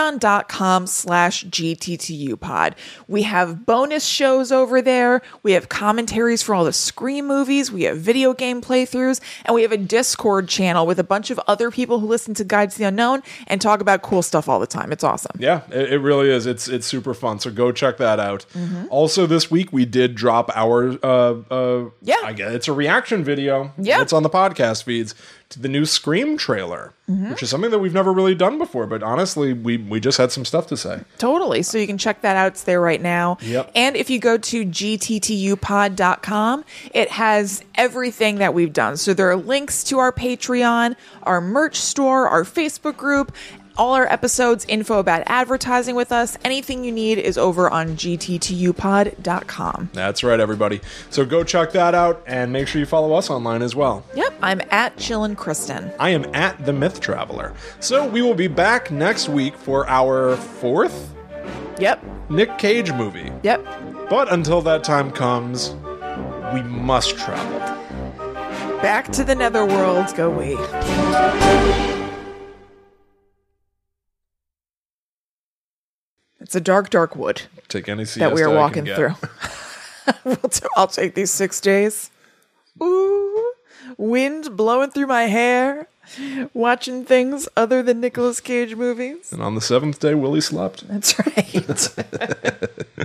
S2: patreon.com slash GTTU pod. We have bonus shows over there. We have commentaries for all the Scream movies. We have video game playthroughs. And we have a Discord channel with a bunch of other people who listen to Guides to the Unknown and talk about cool stuff all the time. It's awesome.
S1: Yeah, it, it really is. It's it's super fun. So go check that out.
S2: Mm-hmm.
S1: Also, this week we did drop our uh uh
S2: Yeah.
S1: I guess it's a reaction video.
S2: Yeah.
S1: it's on the podcast feeds to the new Scream trailer,
S2: Mm-hmm.
S1: which is something that we've never really done before. But honestly, we we just had some stuff to say.
S2: Totally. So you can check that out. It's there right now.
S1: Yep.
S2: And if you go to gttupod.com, it has everything that we've done. So there are links to our Patreon, our merch store, our Facebook group, all our episodes, info about advertising with us. Anything you need is over on gttupod.com.
S1: That's right, everybody. So go check that out and make sure you follow us online as well.
S2: Yep. I'm at Chillin' Kristen.
S1: I am at the Myth Traveler. So we will be back next week for our fourth
S2: Yep.
S1: Nick Cage movie.
S2: Yep.
S1: But until that time comes, we must travel.
S2: Back to the netherworld. Go wait. It's a dark, dark wood.
S1: Take any siesta
S2: that we are
S1: I can
S2: walking
S1: get.
S2: through. <laughs> we'll t- I'll take these six days. Ooh, wind blowing through my hair, watching things other than Nicolas Cage movies. <laughs>
S1: And on the seventh day, Willie slept.
S2: That's right.